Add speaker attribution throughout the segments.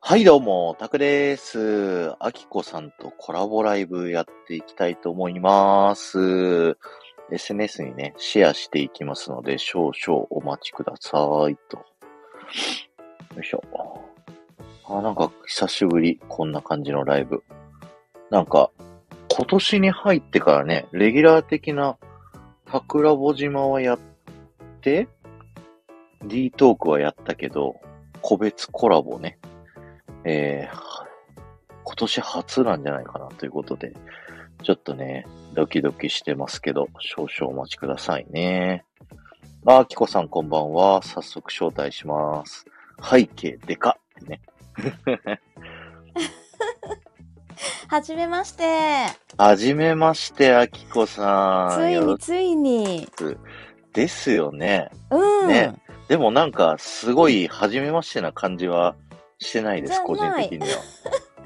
Speaker 1: はい、どうも、タクです。あきこさんとコラボライブやっていきたいと思います。SNS にね、シェアしていきますので、少々お待ちくださいと。よいしょ。あ、なんか久しぶり、こんな感じのライブ。なんか、今年に入ってからね、レギュラー的なタクラボ島はやって、D トークはやったけど、個別コラボね。えー今年初なんじゃないかなということで、ちょっとね、ドキドキしてますけど、少々お待ちくださいね。あ、きこさんこんばんは。早速招待します。背景でかってね。
Speaker 2: はじめまして。
Speaker 1: はじめまして、あきこさん。
Speaker 2: つい
Speaker 1: よろ
Speaker 2: についに。
Speaker 1: ですよね。
Speaker 2: うん。
Speaker 1: ねでもなんか、すごい、はじめましてな感じはしてないで
Speaker 2: じ
Speaker 1: す、
Speaker 2: ゃ
Speaker 1: 個人
Speaker 2: ない
Speaker 1: 的には。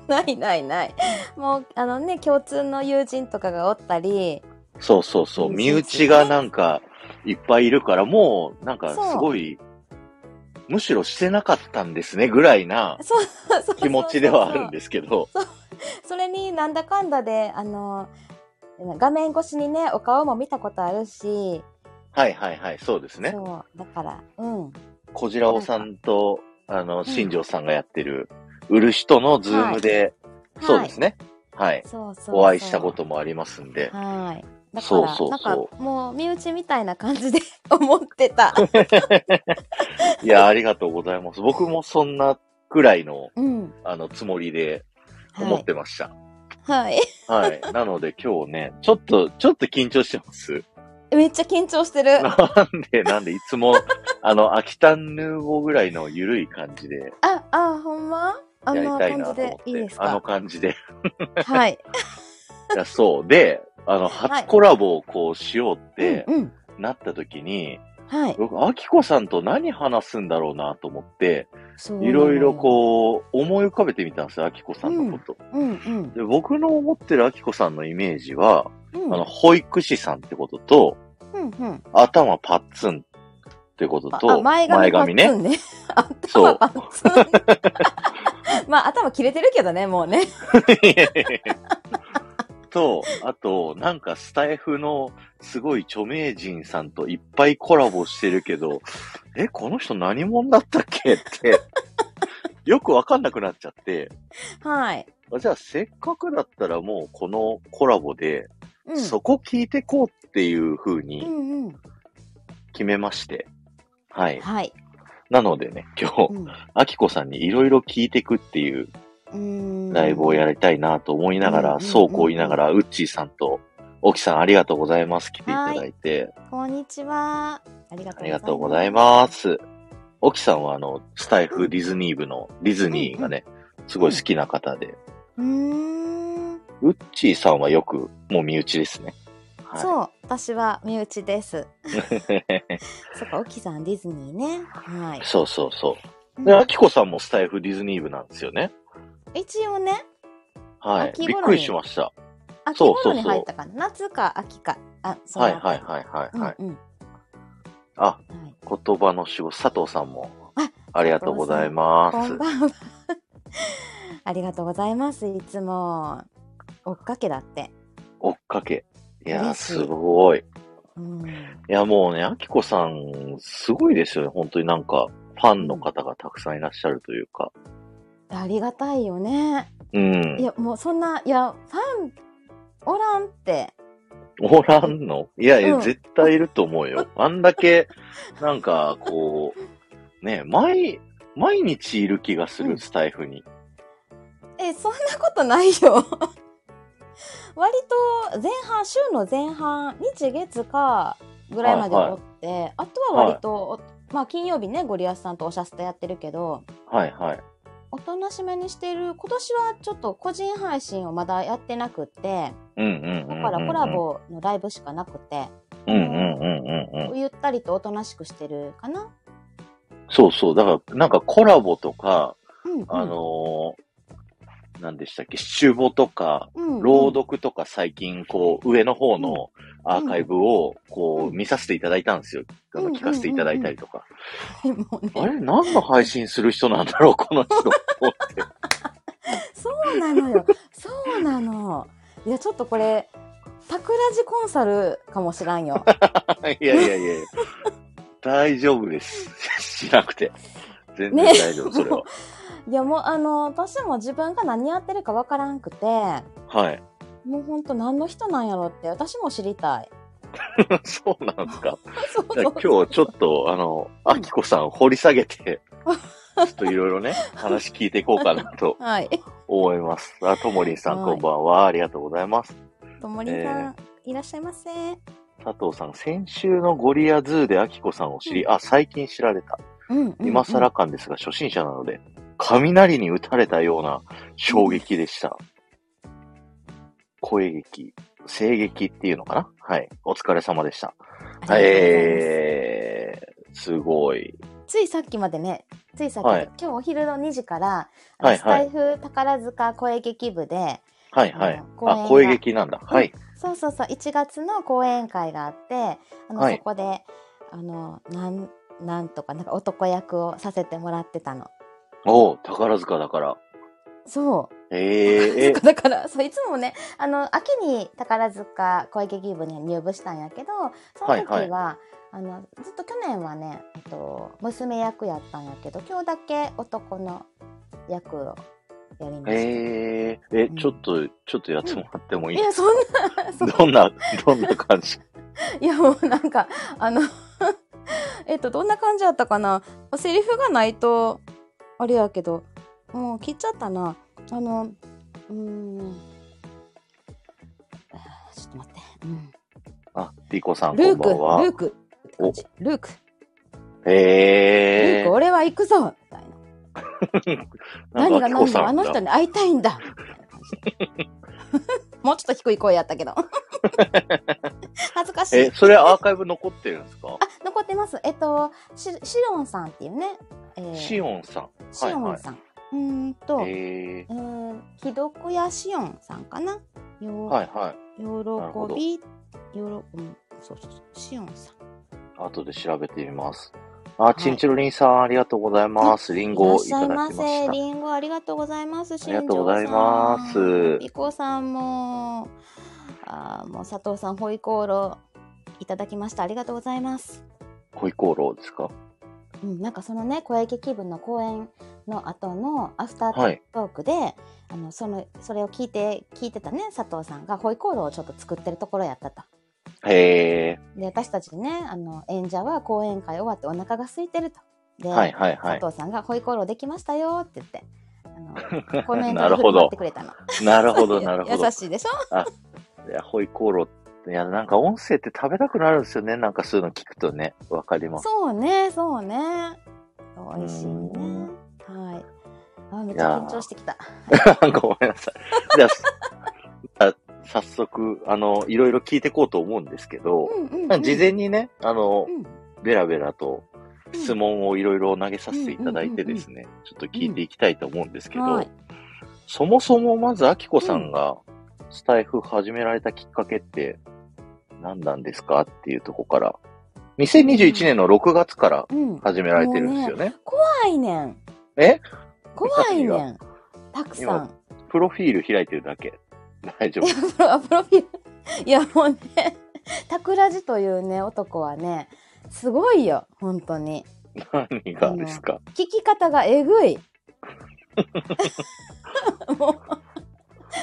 Speaker 2: ないないない。もう、あのね、共通の友人とかがおったり、
Speaker 1: そうそうそう。
Speaker 2: うん
Speaker 1: 身内がなんか、いっぱいいるから、もう、なんか、す
Speaker 2: そう
Speaker 1: ごい、むしろしてなかったんですね、ぐらいな
Speaker 2: そうそうそう。
Speaker 1: 気持ちではあるんですけど。
Speaker 2: それになんだかんだで、あの、画面越しにね、お顔も見たことあるし、
Speaker 1: はいはいはい、そうですね。
Speaker 2: そう、だから、うん。
Speaker 1: 小じらおさんと、あの、新庄さんがやってる、売る人のズームで、そうですね。はい。
Speaker 2: そうそうそう。
Speaker 1: お会いしたこともありますんで。
Speaker 2: はい。だから
Speaker 1: そうそうそう
Speaker 2: なんかもう身内みたいな感じで思っ てた。
Speaker 1: いや、ありがとうございます。僕もそんなくらいの、
Speaker 2: うん。
Speaker 1: あの、つもりで思
Speaker 2: は
Speaker 1: っ
Speaker 2: い。
Speaker 1: てました。
Speaker 2: はい。
Speaker 1: はい。なので今日ね、ちょっと、ちょっと緊張してます。
Speaker 2: めっちゃ緊張して る。
Speaker 1: なんで、なんで、いつも、あの、秋田ヌーボーぐらいの緩い感じで
Speaker 2: あ、あ、ほんまあ
Speaker 1: や
Speaker 2: ん
Speaker 1: り
Speaker 2: な
Speaker 1: たい
Speaker 2: 感
Speaker 1: な
Speaker 2: じ
Speaker 1: と思
Speaker 2: で
Speaker 1: って。
Speaker 2: いいです
Speaker 1: あの
Speaker 2: か
Speaker 1: 感じで。
Speaker 2: はい。
Speaker 1: いや、そう。で、あの、初コラボをこうしようって
Speaker 2: うん、うん。
Speaker 1: なった時に、
Speaker 2: はい。
Speaker 1: 僕、アキコさんと何話すんだろうなと思って、
Speaker 2: そう。
Speaker 1: いろいろこう、思い浮かべてみたんですよ、アキコさんのこと。
Speaker 2: う。うんうん。
Speaker 1: で僕の思ってるアキコさんのイメージは、
Speaker 2: うん、
Speaker 1: あの、保育士さんってことと、
Speaker 2: うんうん。
Speaker 1: 頭パッツンってこと
Speaker 2: あ
Speaker 1: と、
Speaker 2: あ前髪パッツン
Speaker 1: ね。
Speaker 2: ね。
Speaker 1: そ
Speaker 2: 頭
Speaker 1: う
Speaker 2: パ。ッツン。 まあ、頭切れてるけどね、もうね。
Speaker 1: と、あと、なんかスタイフのすごい著名人さんといっぱいコラボしてるけど、え、この人何者だったっけって、よくわかんなくなっちゃって、
Speaker 2: はい。
Speaker 1: あじゃあせっかくだったらもうこのコラボで、
Speaker 2: うん。
Speaker 1: そこ聞いてこうっていう風
Speaker 2: う
Speaker 1: に
Speaker 2: んうん。
Speaker 1: 決めまして、はい。
Speaker 2: はい。
Speaker 1: なのでね、今日
Speaker 2: う、ん
Speaker 1: あきこさんにいろいろ聞いてくっていう
Speaker 2: うーん。
Speaker 1: ライブをやりたいなと思いながら、
Speaker 2: うん
Speaker 1: そうこう言いながら、ウッチーさんと、沖さんありがとうございます。来ていただいて、
Speaker 2: こんにちは。ありがとうございます。
Speaker 1: ありがとうございます。沖さんはあの、スタイフディズニー部のディズニーがね、すごい好きな方で、
Speaker 2: うーん。
Speaker 1: ウッチーさんはよく、もう身内ですね。は
Speaker 2: そう。私は身 内です。
Speaker 1: い。
Speaker 2: そっか、沖さん、ディズニーね。はい。
Speaker 1: そうそうそう。
Speaker 2: う
Speaker 1: で、
Speaker 2: ん
Speaker 1: あきこさんもスタイフディズニー部なんですよね。
Speaker 2: 一応ね、
Speaker 1: はい。
Speaker 2: 秋頃
Speaker 1: びっ
Speaker 2: に
Speaker 1: くりしました。
Speaker 2: 秋
Speaker 1: そうそうそう
Speaker 2: 頃に入ったかな夏か秋かあその
Speaker 1: はい
Speaker 2: あた
Speaker 1: はい
Speaker 2: り
Speaker 1: はいはい、はい。
Speaker 2: うんうん
Speaker 1: あ、
Speaker 2: はい
Speaker 1: 言葉の仕事、佐藤さんも
Speaker 2: あ、
Speaker 1: ありがとうございま
Speaker 2: こ
Speaker 1: す
Speaker 2: ん。ばんは ありがとうございますいつも追っかけだって
Speaker 1: 追っかけ。いやー、
Speaker 2: 嬉しい
Speaker 1: すごい。い
Speaker 2: うん
Speaker 1: や、もうね、あきこさん、すごいですよね。本当になんか、ファンの方がたくさんいらっしゃるというか。
Speaker 2: ありがたいよね
Speaker 1: うん
Speaker 2: い。やもうそんないやファンおらんって
Speaker 1: おらんのいやいや、
Speaker 2: うん
Speaker 1: 絶対いると思う よ。あんだけ、なんか、こう、ね、毎、毎日いる気がす
Speaker 2: う
Speaker 1: る、
Speaker 2: ん
Speaker 1: スタイフに。
Speaker 2: えそんなことないよ 割と前半週の前半日月かぐらいまでおって、あとは割と、おまあ金曜日ねゴリアスさんとおしゃスタやってるけど、
Speaker 1: はいはい。
Speaker 2: おとなしめにしてる今年はちょっと個人配信をまだやってなくって
Speaker 1: うんうんうんうんう
Speaker 2: だ
Speaker 1: ん。
Speaker 2: からコラボのライブしかなくて、
Speaker 1: うんうんうんうんうん。
Speaker 2: ゆったりとおとなしくしてるかな、
Speaker 1: そうそう。だから、なんかコラボとか、
Speaker 2: うんうん、
Speaker 1: あのー、なんでしたっけ、シチュボとか、
Speaker 2: うんうん
Speaker 1: 朗読とか最近、こう、上の方のアーカイブを、こ
Speaker 2: う
Speaker 1: う、
Speaker 2: ん
Speaker 1: 見させていただいたんですよ。あの
Speaker 2: うん
Speaker 1: 聞かせていただいたりとか。
Speaker 2: もう
Speaker 1: あ
Speaker 2: ね
Speaker 1: れ何の配信する人なんだろう、この人。と思って
Speaker 2: そうなのよ。そうなの。いや、ちょっとこれ、タクラジコンサルかもしらんよ。
Speaker 1: いやいやいやいや 大丈夫です。 しなくて。全然大丈夫、
Speaker 2: ね
Speaker 1: それは。
Speaker 2: いや、もう、あの、私も自分が何やってるかわからんくて、
Speaker 1: はい。
Speaker 2: もうほんと何の人なんやろって、私も知 りたい。
Speaker 1: そうなんです か。
Speaker 2: そう
Speaker 1: じゃあ今日ちょっと、あの、あきこさん掘り下げて、 ちょっといろいろね、話聞いていこうかなと
Speaker 2: はい。
Speaker 1: 思い ます。あ、ともりんさん
Speaker 2: はい
Speaker 1: こんばんは。ありがとうございます。
Speaker 2: ともりんさん、いらっしゃいませ。
Speaker 1: 佐藤さん、先週のゴリアズーであきこさんを知り、あ、最近知られた。
Speaker 2: うん、うん。
Speaker 1: 今更感ですが、初心者なので、雷に打たれたような衝撃でした。声劇、声劇っていうのかなはい。お疲れ様でした。
Speaker 2: ありがとうございます
Speaker 1: えー、すごい。
Speaker 2: ついさっきまでね、ついさっき、
Speaker 1: はい
Speaker 2: 今日お昼の2時から、あの
Speaker 1: はいはい
Speaker 2: スタイフ宝塚声劇部で、
Speaker 1: はいはい。
Speaker 2: あ
Speaker 1: あ
Speaker 2: の、公
Speaker 1: 声
Speaker 2: 演が
Speaker 1: 劇なんだ。はい。
Speaker 2: そうそうそう、1月の講演会があって、あの、
Speaker 1: はい
Speaker 2: そこで、あの、なん、なんとか、なんか男役をさせてもらってたの。
Speaker 1: おう宝塚だから。
Speaker 2: そ
Speaker 1: えー、え
Speaker 2: う。、だから、そう、いつもね、あの、秋に宝塚声劇部に入部したんやけど、その時は、
Speaker 1: はい
Speaker 2: あのずっと去年はね、えっと、娘役やったんやけど今日だけ男の役をや りました。
Speaker 1: えー、え、ちょっと、ちょっとやってもらってもいい
Speaker 2: いや、そんな、そん
Speaker 1: どんな、どんな感じ
Speaker 2: いや、もうなんか、あの、 えっと、どんな感じだったかなセリフがないと、あれやけど、もう聞いちゃったな。あの、うーん。あーちょっと待って。うん
Speaker 1: あ、リコさん
Speaker 2: ル
Speaker 1: こ
Speaker 2: ー
Speaker 1: んばんは。
Speaker 2: ク、ルークって感じ。ルーク、ル
Speaker 1: え
Speaker 2: ーク、俺は行くぞみたいな。何が何でもあの人に会いたい んだみたいな感じでもうちょっと低い声やっ たけど。恥ずかしい
Speaker 1: え、。それアーカイブ残ってるんですか
Speaker 2: あ、残ってます。えっと、シシオンさんっていうね、えー
Speaker 1: シオンさん。
Speaker 2: シオンさん。うーんと、
Speaker 1: え
Speaker 2: うーん、ひどくやシオンさんかな。よ、
Speaker 1: ー、はいはい。るほど
Speaker 2: 喜び、よろ、うん、そうそうそう、シオンさん。
Speaker 1: 後で調べてみます。あ、チンチロリンさん、ありがとうございます。リン
Speaker 2: いら
Speaker 1: ゴ
Speaker 2: っ
Speaker 1: をい
Speaker 2: しゃ
Speaker 1: た
Speaker 2: い
Speaker 1: だ
Speaker 2: ま
Speaker 1: きまし
Speaker 2: せ。
Speaker 1: た。
Speaker 2: リンゴありがとうございます。
Speaker 1: ありがとうございます
Speaker 2: 新庄さんピコさんも、あーもう佐藤さん、ホイコーローいただきました。ありがとうございます。
Speaker 1: 恋功労ですか
Speaker 2: うん、なんかそのね声劇部の公演の後のアフタ
Speaker 1: は
Speaker 2: ー
Speaker 1: い
Speaker 2: トークで、あのそのそれを聞いて聞いてたね佐藤さんがホイコーローをちょっと作ってるところやったと。
Speaker 1: へえ
Speaker 2: で私たちねあの演者は講演会終わってお腹が空いてると。で、
Speaker 1: ー、はいはいはい。
Speaker 2: 佐藤さんが「ホイコーローできましたよ」って言ってあ のコメン
Speaker 1: な
Speaker 2: ト
Speaker 1: る
Speaker 2: で振
Speaker 1: ほ
Speaker 2: る舞っ
Speaker 1: ど
Speaker 2: て。くれたの。
Speaker 1: なるほど、なるほど。
Speaker 2: 優
Speaker 1: い
Speaker 2: しいでしょ
Speaker 1: や、恋功労って、いや、なんか音声って食べたくなるんですよね。なんかそういうの聞くとね。わかります。
Speaker 2: そうねそうね。美味しいね。はい。あめっちゃ緊張してきた。
Speaker 1: ごめんなさい。じゃあ、あ早速、あの、いろいろ聞いていこうと思うんですけど、
Speaker 2: うんうんうん
Speaker 1: まあ事前にね、あの、
Speaker 2: うん
Speaker 1: ベラベラと質問をいろいろ投げさせていただいてですね、ちょっと聞いていきたいと思うんですけど、
Speaker 2: はい
Speaker 1: そもそもまず、あきこさんがスタイフ始められたきっかけって何なんですかっていうとこから、2021年の6月から
Speaker 2: うん、
Speaker 1: 始められてるんですよね。
Speaker 2: 怖いねん。
Speaker 1: え
Speaker 2: 怖いねん。たくさん。
Speaker 1: プロフィール開いてるだけ。大丈
Speaker 2: い
Speaker 1: 夫
Speaker 2: や、プロ、プロフィール。い や、もうね、タクラジというね、男はね、すごいよ、本当に。
Speaker 1: 何がですか
Speaker 2: 聞き方がえ ぐい。もう、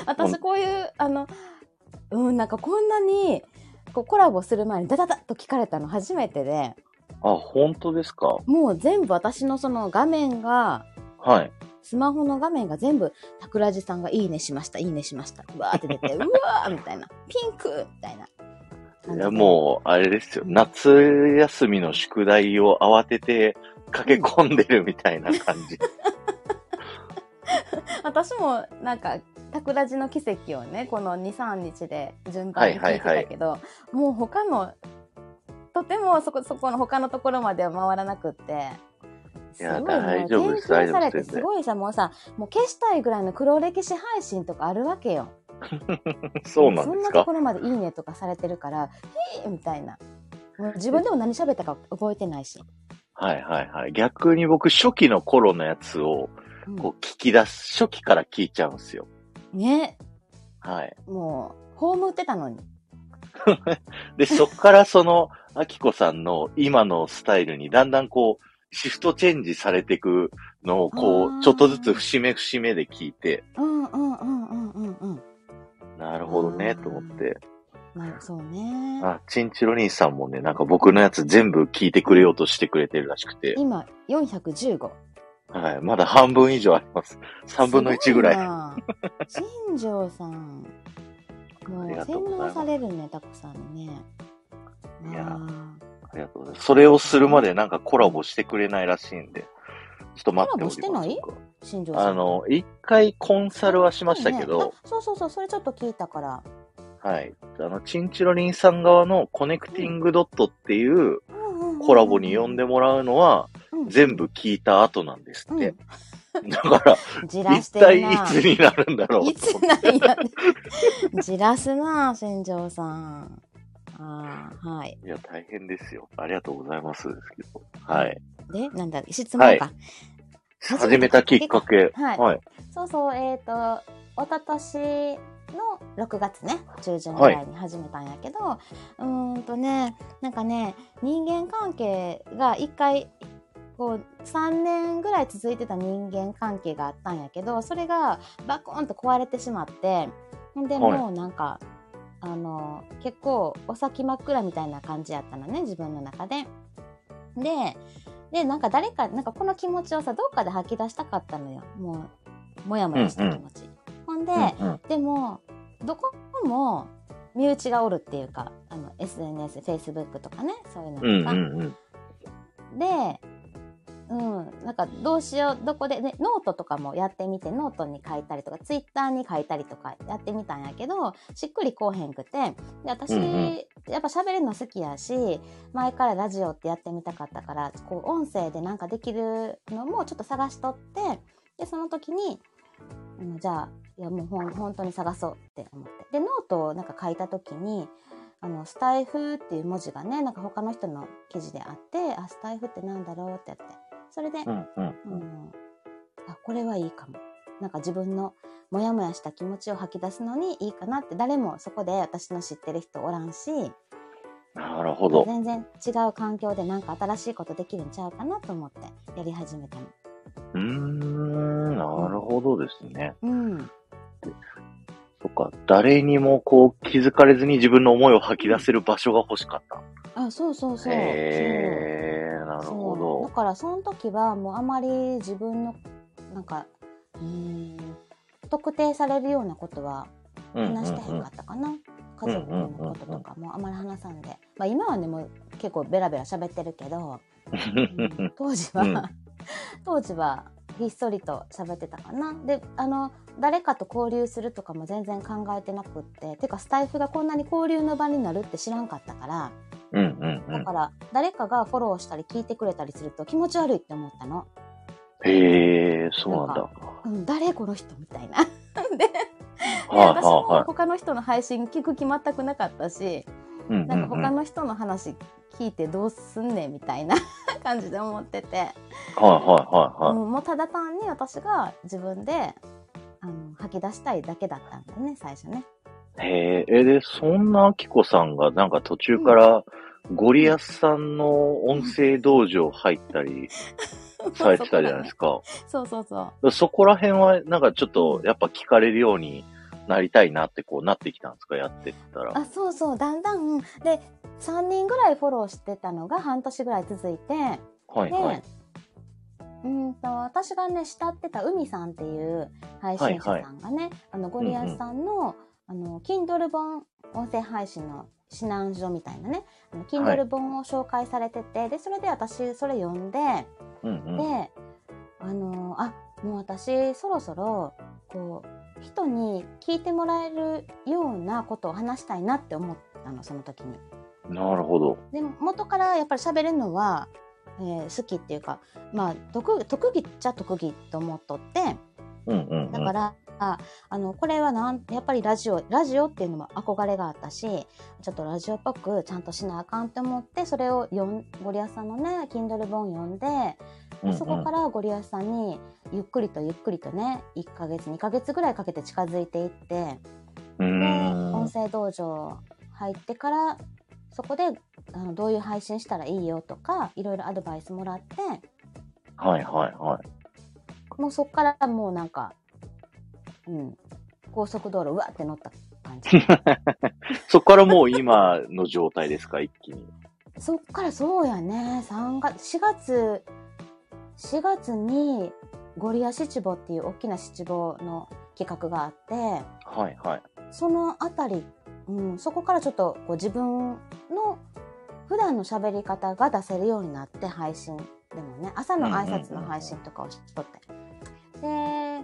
Speaker 2: 私こういう、あの、うん、なんかこんなに、こうコラボする前にダダダッと聞かれたの初めてで、
Speaker 1: あ、本当ですか
Speaker 2: もう全部私のその画面が、
Speaker 1: はい。
Speaker 2: スマホの画面が全部、桜地さんがいいねしました、いいねしました、うわーって出て、うわーみたいな、ピンクみたいな。
Speaker 1: いや、もう、あれですよ。夏休みの宿題を慌てて駆け込んでるみたいな感じ。
Speaker 2: う、 私もなんか、桜地の奇跡をね、この2、3日で順番に聞いてたけど、もう他の、とてもそこ、そこの他のところまでは回らなくって、
Speaker 1: いや
Speaker 2: すごいもう
Speaker 1: 大丈夫です
Speaker 2: 研究され
Speaker 1: 大丈夫で
Speaker 2: て、
Speaker 1: す
Speaker 2: すごいさ、もうさ、もう消したいぐらいの黒歴史配信とかあるわけよ。
Speaker 1: そうなんです
Speaker 2: そんなと
Speaker 1: か
Speaker 2: ころまで「いいね」とかされてるから「へえ」みたいなもう自分でも何喋ったか覚えてないし、
Speaker 1: はいはいはい。逆に僕、初期の頃のやつを、
Speaker 2: うん
Speaker 1: こう、聞き出す、初期から聞いちゃうんですよ。
Speaker 2: ね、
Speaker 1: はい。
Speaker 2: もう、ホーム売ってたのに。
Speaker 1: で、そっからその、 あきこさんの今のスタイルにだんだんこう、シフトチェンジされていくのをこ
Speaker 2: あー
Speaker 1: う、ちょっとずつ節目節目で聞いて、
Speaker 2: うんうんうんうんうんうん。
Speaker 1: なるほどね、
Speaker 2: うん
Speaker 1: と思って。
Speaker 2: まあ、そうね。
Speaker 1: あ、チンチロ兄さんもね、なんか僕のやつ全部聞いてくれようとしてくれてるらしくて、
Speaker 2: 今、415。
Speaker 1: はい。まだ半分以上あります。3分の1ぐらい。
Speaker 2: い。新庄さん。も
Speaker 1: ありが
Speaker 2: う洗
Speaker 1: とうございま
Speaker 2: 脳
Speaker 1: す
Speaker 2: されるね、タコさんにね。
Speaker 1: いや
Speaker 2: あ
Speaker 1: ありがとうございます。それをするまでなんかコラボしてくれないらしいんで、ちょっと待っておりましょうか
Speaker 2: コラボしてー新庄さん。
Speaker 1: あの、一回コンサルはしましたけ
Speaker 2: そうね
Speaker 1: ど、
Speaker 2: あそうそうそう、それちょっと聞いたから。
Speaker 1: はい。あの、チンチロリンさん側のコネクティングドットっていう
Speaker 2: うんうんうん
Speaker 1: コラボに呼んでもらうのは
Speaker 2: うん
Speaker 1: 全部聞いた後なんですって。だ か
Speaker 2: じ
Speaker 1: ら、
Speaker 2: らし
Speaker 1: 一
Speaker 2: てる
Speaker 1: 体い
Speaker 2: な。
Speaker 1: つになるんだろう
Speaker 2: いつなんやねじらすな、新庄さん。ああ、はい。
Speaker 1: いや、大変ですよ。ありがとうございます。はい。
Speaker 2: で、なんだ、質問か。
Speaker 1: 始めたきっかけ。
Speaker 2: はい
Speaker 1: はい。
Speaker 2: そうそう、えっ、と、おととしの6月ね、中旬ぐらいに始めたんやけど、うーんとね、なんかね、人間関係が一回、こう、3年ぐらい続いてた人間関係があったんやけど、それがバコーンと壊れてしまって、ほんで、
Speaker 1: はい
Speaker 2: もうなんか、あの、結構お先真っ暗みたいな感じやったのね、自分の中で。で、で、なんか誰か、なんかこの気持ちをさ、どっかで吐き出したかったのよ。もう、もやもやした気持ち。ほんで、
Speaker 1: うんうん
Speaker 2: でも、どこも身内がおるっていうか、あの、SNS、Facebook とかね、そういうのとか。
Speaker 1: うんうんうん。
Speaker 2: で、うん、なんかどうしよう、どこで、ね、ノートとかもやってみて、ノートに書いたりとか、ツイッターに書いたりとかやってみたんやけど、しっくりこうへんくて、で私、
Speaker 1: うんうん
Speaker 2: やっぱ喋るの好きやし、前からラジオってやってみたかったから、こう音声でなんかできるのもちょっと探しとって、で、その時に、うんじゃあ、いやもうほん本当に探そうって思って。で、ノートをなんか書いた時に、あの、スタイフっていう文字がね、なんか他の人の記事であって、あ、スタイフってなんだろうってやって。それで、
Speaker 1: うんうん
Speaker 2: あのあ、これはいいかも。なんか自分のモヤモヤした気持ちを吐き出すのにいいかなって、誰もそこで私の知ってる人おらんし、
Speaker 1: なるほど。
Speaker 2: 全然違う環境でなんか新しいことできるんちゃうかなと思ってやり始めたの。
Speaker 1: うーん、なるほどですね。
Speaker 2: うん。
Speaker 1: そっか、誰にもこう気づかれずに自分の思いを吐き出せる場所が欲しかった。
Speaker 2: あ、そうそうそう。そう
Speaker 1: へえー、なるほ
Speaker 2: そうだ
Speaker 1: ど。
Speaker 2: からその時はもうあまり自分のなんかうーん特定されるようなことは
Speaker 1: うんうんうん
Speaker 2: 話してへんかったかな、
Speaker 1: うん
Speaker 2: 家族のこととかもあまり話さんで、まあ、今はねもう結構ベラベラ喋ってるけど、うん当時は、
Speaker 1: うん
Speaker 2: 当時はひっそりと喋ってたかなであの誰かと交流するとかも全然考えてなくっててかスタイフがこんなに交流の場になるって知らんかったから。
Speaker 1: うんうんう
Speaker 2: だ
Speaker 1: ん
Speaker 2: から誰かがフォローしたり聞いてくれたりすると気持ち悪いって思ったの。
Speaker 1: へえ、そうなんだ。は
Speaker 2: うん、誰この人みたいな。で、
Speaker 1: い
Speaker 2: 私も
Speaker 1: は
Speaker 2: 他の人の配信聞く気全くなかったし、
Speaker 1: いはい。
Speaker 2: なんか他
Speaker 1: うんうんうん
Speaker 2: の人の話聞いてどうすんねんみたいな 感じで思ってて、
Speaker 1: はいはいはいは
Speaker 2: うんもうただ単に私が自分であの吐き出したいだけだったんだよね、最初ね。
Speaker 1: い。へえ、えで、そんなあきこさんがなんか途中からゴリアスさんの音声道場入ったりされてたじゃないですか。
Speaker 2: そうそうそう。
Speaker 1: そこら辺はなんかちょっとやっぱ聞かれるようになりたいなってこうなってきたんですかやってったら。
Speaker 2: あそうそうだんだんで3人ぐらいフォローしてたのが半年ぐらい続いて、
Speaker 1: はい
Speaker 2: で、
Speaker 1: はい。
Speaker 2: うんと私がね慕ってた海さんっていう配信者さんがね、あのゴリアスさんの,、あの Kindle 本音声配信の指南所みたいなねあの
Speaker 1: はい
Speaker 2: Kindle 本を紹介されてて、でそれで私それ読んで、
Speaker 1: うんうん。
Speaker 2: であのあもう私そろそろこう人に聞いてもらえるようなことを話したいなって思ったのその時に。
Speaker 1: なるほど。
Speaker 2: でも元からやっぱり喋るのは、えー好きっていうか、まあ、特特技っちゃ特技と思っとって
Speaker 1: うんうんうん。
Speaker 2: だから、ああのこれはなんやっぱりラジオラジオっていうのも憧れがあったしちょっとラジオっぽくちゃんとしなあかんと思ってそれを読んゴリアスさんのね Kindle 本読んで
Speaker 1: うんうん
Speaker 2: そこからゴリアスさんにゆっくりとゆっくりとね1ヶ月2ヶ月ぐらいかけて近づいていって
Speaker 1: うー
Speaker 2: で
Speaker 1: ん。
Speaker 2: 音声道場入ってからそこであのどういう配信したらいいよとかいろいろアドバイスもらって
Speaker 1: はいはいはい。
Speaker 2: もうそこからもうなんか、うん、高速道路うわって乗った 感じ
Speaker 1: そこからもう今の状態ですか、一気に。
Speaker 2: そっからそうやね3月4月4月にゴリア七五っていう大きな七五の企画があって
Speaker 1: はいはい。
Speaker 2: そのあたり、うん、そこからちょっとこう自分の普段の喋り方が出せるようになって配信でもね朝の挨拶の配信とかをしとって。でえ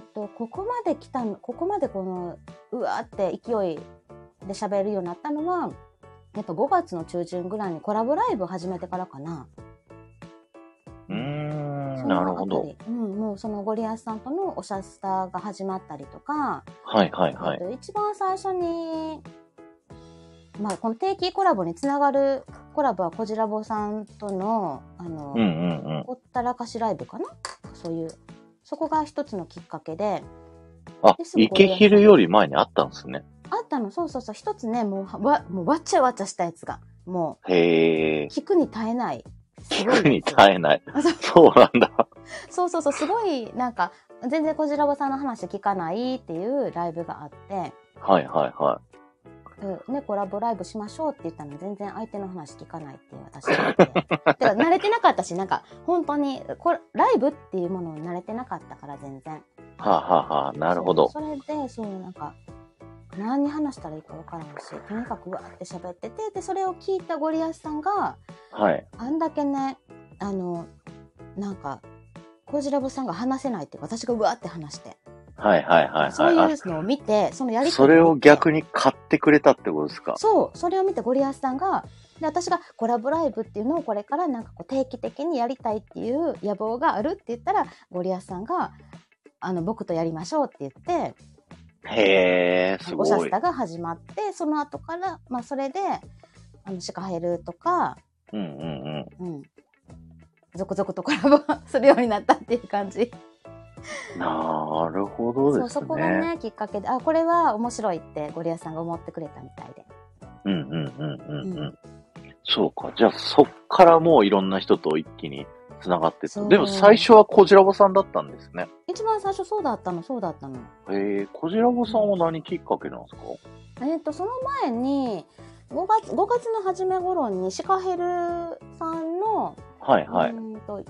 Speaker 2: っとここまで来たのここまでこのうわーって勢いで喋るようになったのはやっぱ5月の中旬ぐらいにコラボライブを始めてからかな。
Speaker 1: うー
Speaker 2: そ
Speaker 1: ん、
Speaker 2: の
Speaker 1: なるほ
Speaker 2: あた
Speaker 1: ど。
Speaker 2: り。うん、もうそのゴリアスさんとのおしゃスタが始まったりとか、
Speaker 1: はいはいはい。
Speaker 2: えっと一番最初に、まあ、この定期コラボにつながるコラボはこじらぼさんとのあの、
Speaker 1: うんうんうん。
Speaker 2: ほったらかしライブかなそういうそこが一つのきっかけで
Speaker 1: あ
Speaker 2: です、もんね
Speaker 1: 池昼より前にあったんですね。
Speaker 2: あったのそうそうそう一つねもうわもうわっちゃわっちゃしたやつがも
Speaker 1: へ
Speaker 2: う
Speaker 1: え。
Speaker 2: 聞くに耐えないすごい
Speaker 1: 聞くに耐えない
Speaker 2: あそう。
Speaker 1: そうなんだ。
Speaker 2: そうそうそうすごいなんか全然こじらぼさんの話聞かないっていうライブがあって。
Speaker 1: はいはいは
Speaker 2: うんね、コラボライブしましょうって言ったのに全然相手の話聞かないっていう私 がいててか慣れてなかったしなんか本当にこれライブっていうものに慣れてなかったから全然
Speaker 1: い。はあ、はあはあ、なるほど。
Speaker 2: そうそれでそうなんか何話したらいいか分からんしとにかくわーって喋っててでそれを聞いたゴリアスさんが
Speaker 1: はい。
Speaker 2: あんだけねあのなんかコジラボさんが話せないっていうか私がうわーって話して、
Speaker 1: はいはいはいはい。
Speaker 2: そういうのを見てそのや
Speaker 1: あ
Speaker 2: り
Speaker 1: そ
Speaker 2: とり
Speaker 1: れ
Speaker 2: 見て
Speaker 1: を逆に買ってくれたってことですか
Speaker 2: そう、それを見てゴリアスさんが、で私がコラボライブっていうのをこれからなんかこう定期的にやりたいっていう野望があるって言ったら、ゴリアスさんが、あの、僕とやりましょうって言って、
Speaker 1: へえ、す
Speaker 2: おしゃ
Speaker 1: ご
Speaker 2: ス
Speaker 1: い。
Speaker 2: タが始まって、その後から、まあそれで、あの、シカヘルとか、
Speaker 1: うんうんうん。
Speaker 2: うん。続々とコラボ するようになったっていう感じ。
Speaker 1: なるほどですね。
Speaker 2: そこがね、きっかけで、あ、これは面白いってゴリアスさんが思ってくれたみたいで。
Speaker 1: うんうんうんうんう。
Speaker 2: うん
Speaker 1: そうか。じゃあそっからもういろんな人と一気に繋がってっ
Speaker 2: そ
Speaker 1: た。
Speaker 2: う
Speaker 1: でも最初はこじらぼさんだったんですね。
Speaker 2: 一番最初そうだったの、そうだったの。
Speaker 1: へえ、こじらぼさんは何きっかけなんですか
Speaker 2: えっとその前に5月 ,5 月の初め頃にシカヘルさんの、
Speaker 1: はいうはい。
Speaker 2: ーんと